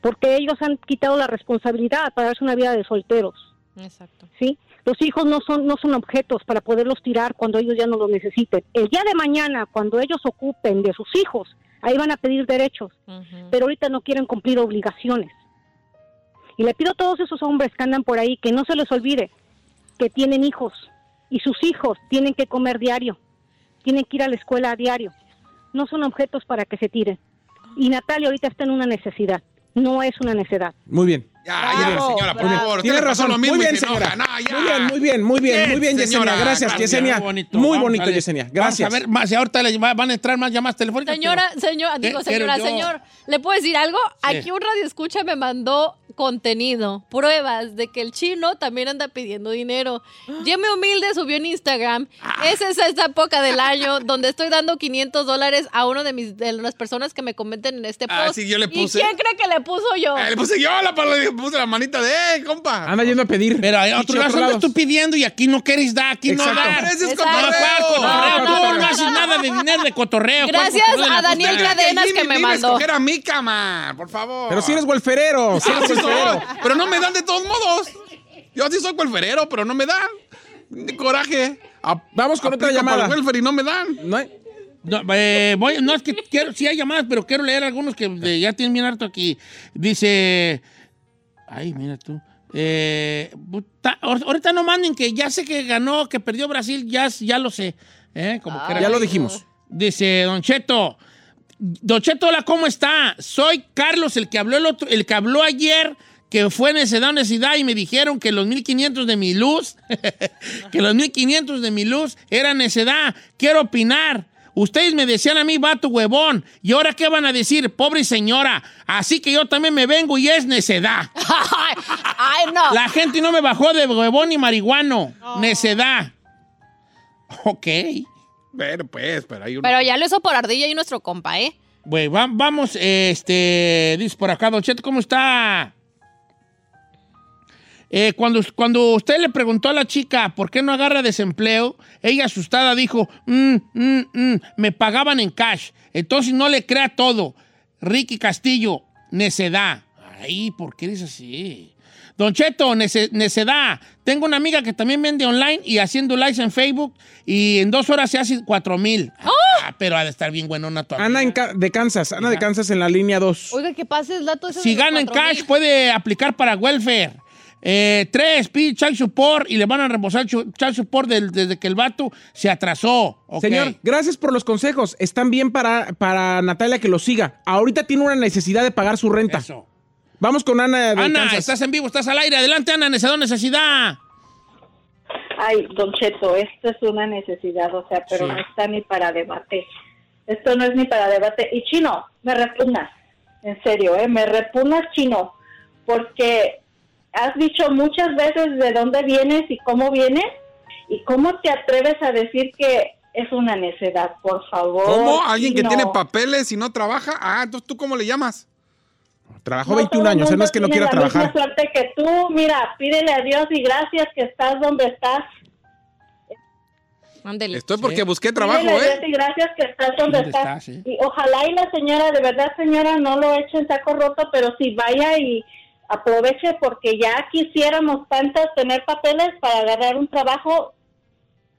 S14: porque ellos han quitado la responsabilidad para darse una vida de solteros.
S5: Exacto.
S14: ¿sí? Los hijos no son, no son objetos para poderlos tirar cuando ellos ya no los necesiten. El día de mañana, cuando ellos ocupen de sus hijos, ahí van a pedir derechos, pero ahorita no quieren cumplir obligaciones. Y le pido a todos esos hombres que andan por ahí que no se les olvide que tienen hijos y sus hijos tienen que comer diario, tienen que ir a la escuela a diario. No son objetos para que se tiren. Y Natalia ahorita está en una necesidad, no es una necedad.
S4: Muy bien.
S7: Ya, ya, señora, por favor.
S4: Tiene
S7: usted le pasó
S4: razón.
S7: lo mismo
S4: muy
S7: y
S4: bien,
S7: se enoja.
S4: señora.
S7: No, ya.
S4: Muy bien, muy bien, muy bien, muy bien,
S3: señora.
S4: Yesenia. Gracias,
S3: Gracias,
S4: Yesenia.
S3: muy bonito.
S4: Muy
S3: Vamos
S4: bonito,
S3: a ver-
S4: Yesenia.
S3: Vamos
S4: Gracias.
S3: a ver, más, ahorita les va- van a entrar más llamadas telefónicas.
S5: Señora,
S7: Eh,
S5: señora,
S3: ¿Qué
S5: digo
S3: quiero
S5: señora,
S3: yo?
S5: señor, ¿le puedo decir algo?
S3: Sí.
S5: Aquí un radio escucha me mandó contenido, pruebas de que el chino también anda pidiendo dinero. Jimmy Humilde subió en Instagram,
S7: Ah.
S5: esa es esta época del año donde estoy dando 500 dólares a uno de mis de las personas que me comenten en este
S7: Ah,
S5: post.
S7: sí, yo le puse.
S5: ¿Y quién cree que le puso yo?
S7: Eh, le puse yo la palabra, le puse la manita de, eh, compa.
S4: Anda yendo a pedir.
S3: Pero hay otro lado donde estoy pidiendo y aquí no quieres dar, aquí no
S7: Exacto.
S3: dar.
S7: Ese es
S3: No,
S7: cotorreo.
S3: ¿cuál cotorreo?
S7: No, no,
S3: Tú
S7: no,
S3: no
S7: no,
S3: haces
S7: no.
S3: nada de dinero de cotorreo. pues, ¿cuál
S5: Gracias
S3: cotorreo
S5: a
S3: le
S5: Daniel
S3: gusta?
S5: Cadenas que me
S7: Dime
S5: mandó.
S7: escoger a mí, cama, por favor.
S4: Pero si eres golferero. Si
S7: Ah,
S4: eres
S7: sí soy,
S4: golferero.
S7: pero no me dan de todos modos. Yo sí soy golferero, pero no me dan. Ni Coraje.
S4: Vamos con otra llamada.
S7: y no me dan.
S4: No hay-
S3: No, eh, voy- no, es que quiero, sí hay llamadas, pero quiero leer algunos que eh, ya tienen bien harto aquí. Dice, ay, mira tú. Eh, puta, ahor- ahorita no manden que ya sé que ganó, que perdió Brasil, ya, ya lo sé. Eh, como quiera.
S4: Ya lo dijimos.
S3: Dice Don Cheto. Don Cheto, hola, ¿cómo está? Soy Carlos, el que habló, el otro, el que habló ayer, que fue necesidad, necesidad, y me dijeron que los 15500 de mi luz, que los 15500 de mi luz era necedad. Quiero opinar. Ustedes me decían a mí, vato huevón, y ahora qué van a decir, pobre señora. Así que yo también me vengo y es necedad.
S5: Ay, no.
S3: La gente no me bajó de huevón ni marihuano. Necedad. Ok.
S7: Pero pues, pero hay un.
S5: Pero ya lo hizo por ardilla y nuestro compa, ¿eh?
S3: Güey, va- vamos, este, dice por acá, Don Cheto, ¿cómo está? Eh, cuando, cuando usted le preguntó a la chica por qué no agarra desempleo, ella asustada dijo, "Mm, mm, mm, me pagaban en cash, entonces no le crea todo. Ricky Castillo, necedad. Ay, ¿por qué eres así? Don Cheto, nece- necedad. Tengo una amiga que también vende online y haciendo likes en Facebook y en dos horas se hace cuatro mil.
S5: ¡Oh!
S3: Ah, pero ha de estar bien buenona tu
S4: Ana en Ca- de Kansas. Ana de Kansas en la línea 2.
S5: Oiga, que pase el dato ese
S3: si
S5: de los
S3: gana en
S5: cuatro
S3: cash,
S5: mil.
S3: puede aplicar para welfare. Eh, tres, pide child support y le van a reembolsar chu- child support del- desde que el vato se atrasó. Ok.
S4: Señor, gracias por los consejos. Están bien para, para Natalia que lo siga. Ahorita tiene una necesidad de pagar su renta.
S3: Eso.
S4: Vamos con Ana de
S3: Ana,
S4: Kansas.
S3: estás en vivo, estás al aire. Adelante, Ana, necesidad, necesidad.
S12: Ay, Don Cheto, esto es una necesidad, o sea, pero
S3: Sí.
S12: no está ni para debate. Esto no es ni para debate. Y chino, me repugnas, en serio, ¿eh? Me repugnas chino, porque has dicho muchas veces de dónde vienes y cómo vienes, y cómo te atreves a decir que es una necedad, por favor.
S7: ¿Cómo? ¿Alguien que
S12: Chino.
S7: tiene papeles y no trabaja? Ah, entonces tú cómo le llamas?
S4: Trabajó
S12: No
S4: 21
S12: todo
S4: años, o sea, no
S12: mundo
S4: es que no
S12: tiene
S4: quiera
S12: la
S4: trabajar.
S12: misma suerte que tú, mira, pídele a Dios y gracias que estás donde estás.
S7: Estoy porque busqué trabajo,
S12: Dile
S7: ¿eh?
S12: Dios y gracias que estás donde
S7: ¿Dónde
S12: estás.
S7: estás, eh?
S12: Y ojalá y la señora, de verdad, señora, no lo eche en saco roto, pero sí vaya y aproveche porque ya quisiéramos tantas tener papeles para agarrar un trabajo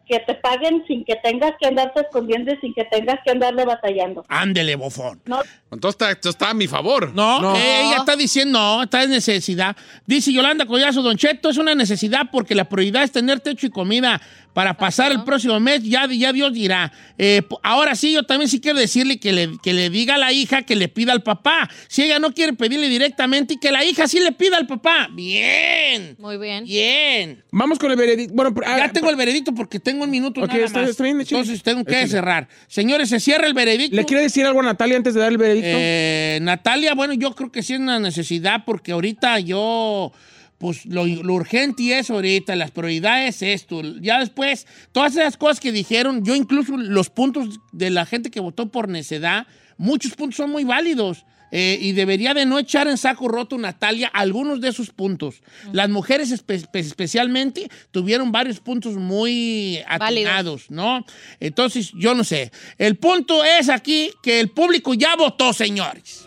S12: que te paguen sin que tengas que andarte escondiendo y sin que tengas que andarle batallando.
S3: Ándele, bofón.
S12: No.
S7: Entonces está, esto está a mi favor.
S3: No, eh, ella está diciendo, no, está en necesidad. Dice Yolanda Collazo, Don Cheto, es una necesidad porque la prioridad es tener techo y comida para pasar el próximo mes, ya, ya Dios dirá. Eh, po- ahora sí, yo también sí quiero decirle que le, que le diga a la hija que le pida al papá. Si ella no quiere pedirle directamente y que la hija sí le pida al papá. Bien,
S5: Muy bien.
S3: bien.
S4: Vamos con el veredicto. Bueno, pero- ah,
S3: Ya tengo el veredicto porque tengo un minuto
S4: Ok,
S3: nada
S4: está-
S3: más.
S4: está bien, échale.
S3: Entonces tengo que
S4: Échale.
S3: cerrar. Señores, se cierra el veredicto.
S4: ¿Le quiere decir algo a Natalia antes de dar el veredicto?
S3: Eh, Natalia, bueno, yo creo que sí es una necesidad porque ahorita yo, pues lo, lo urgente es ahorita, las prioridades es esto. Ya después, todas esas cosas que dijeron, yo incluso los puntos de la gente que votó por necedad, muchos puntos son muy válidos. eh, y debería de no echar en saco roto Natalia algunos de sus puntos. Las mujeres espe- especialmente tuvieron varios puntos muy
S5: Válidos.
S3: atinados votos, ¿no? Entonces, yo no sé. El punto es aquí que el público ya votó, señores.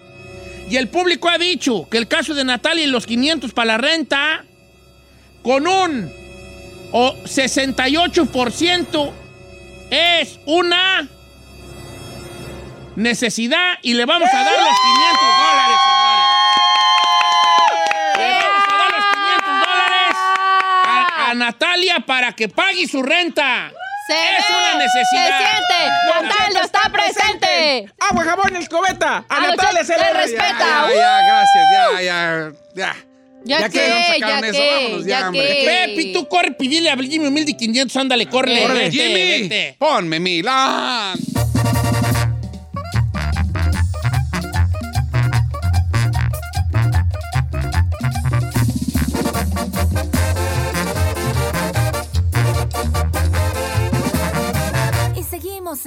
S3: Y el público ha dicho que el caso de Natalia y los 500 para la renta, con un o 68% es una necesidad y le vamos a dar los 500 dólares, señores. Le vamos a dar los 500 dólares a, a Natalia para que pague su renta. es una necesidad.
S5: Se siente. Natalia está presente.
S4: Agua, jabón, escobeta. A
S5: A
S4: Natalia
S5: Don
S4: se
S5: Cheto
S4: le
S5: le respeta.
S7: Ya, ya, gracias, ya, ya, ya.
S5: Ya
S7: que
S5: qué,
S7: nos
S5: ya
S7: sacaron
S5: qué,
S7: vámonos
S5: ya qué.
S3: Pepi, tú corre, pídele a Jimmy mil de 500, ándale, corre.
S7: Órale,
S3: vete,
S7: Jimmy,
S3: vete.
S7: ponme mil. ¡Ah!
S10: Y seguimos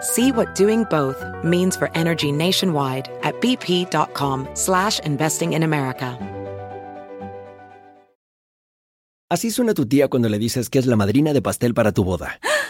S15: See what doing both means for energy nationwide at bp.com slash investing in America.
S16: Así suena tu tía cuando le dices que es la madrina de pastel para tu boda.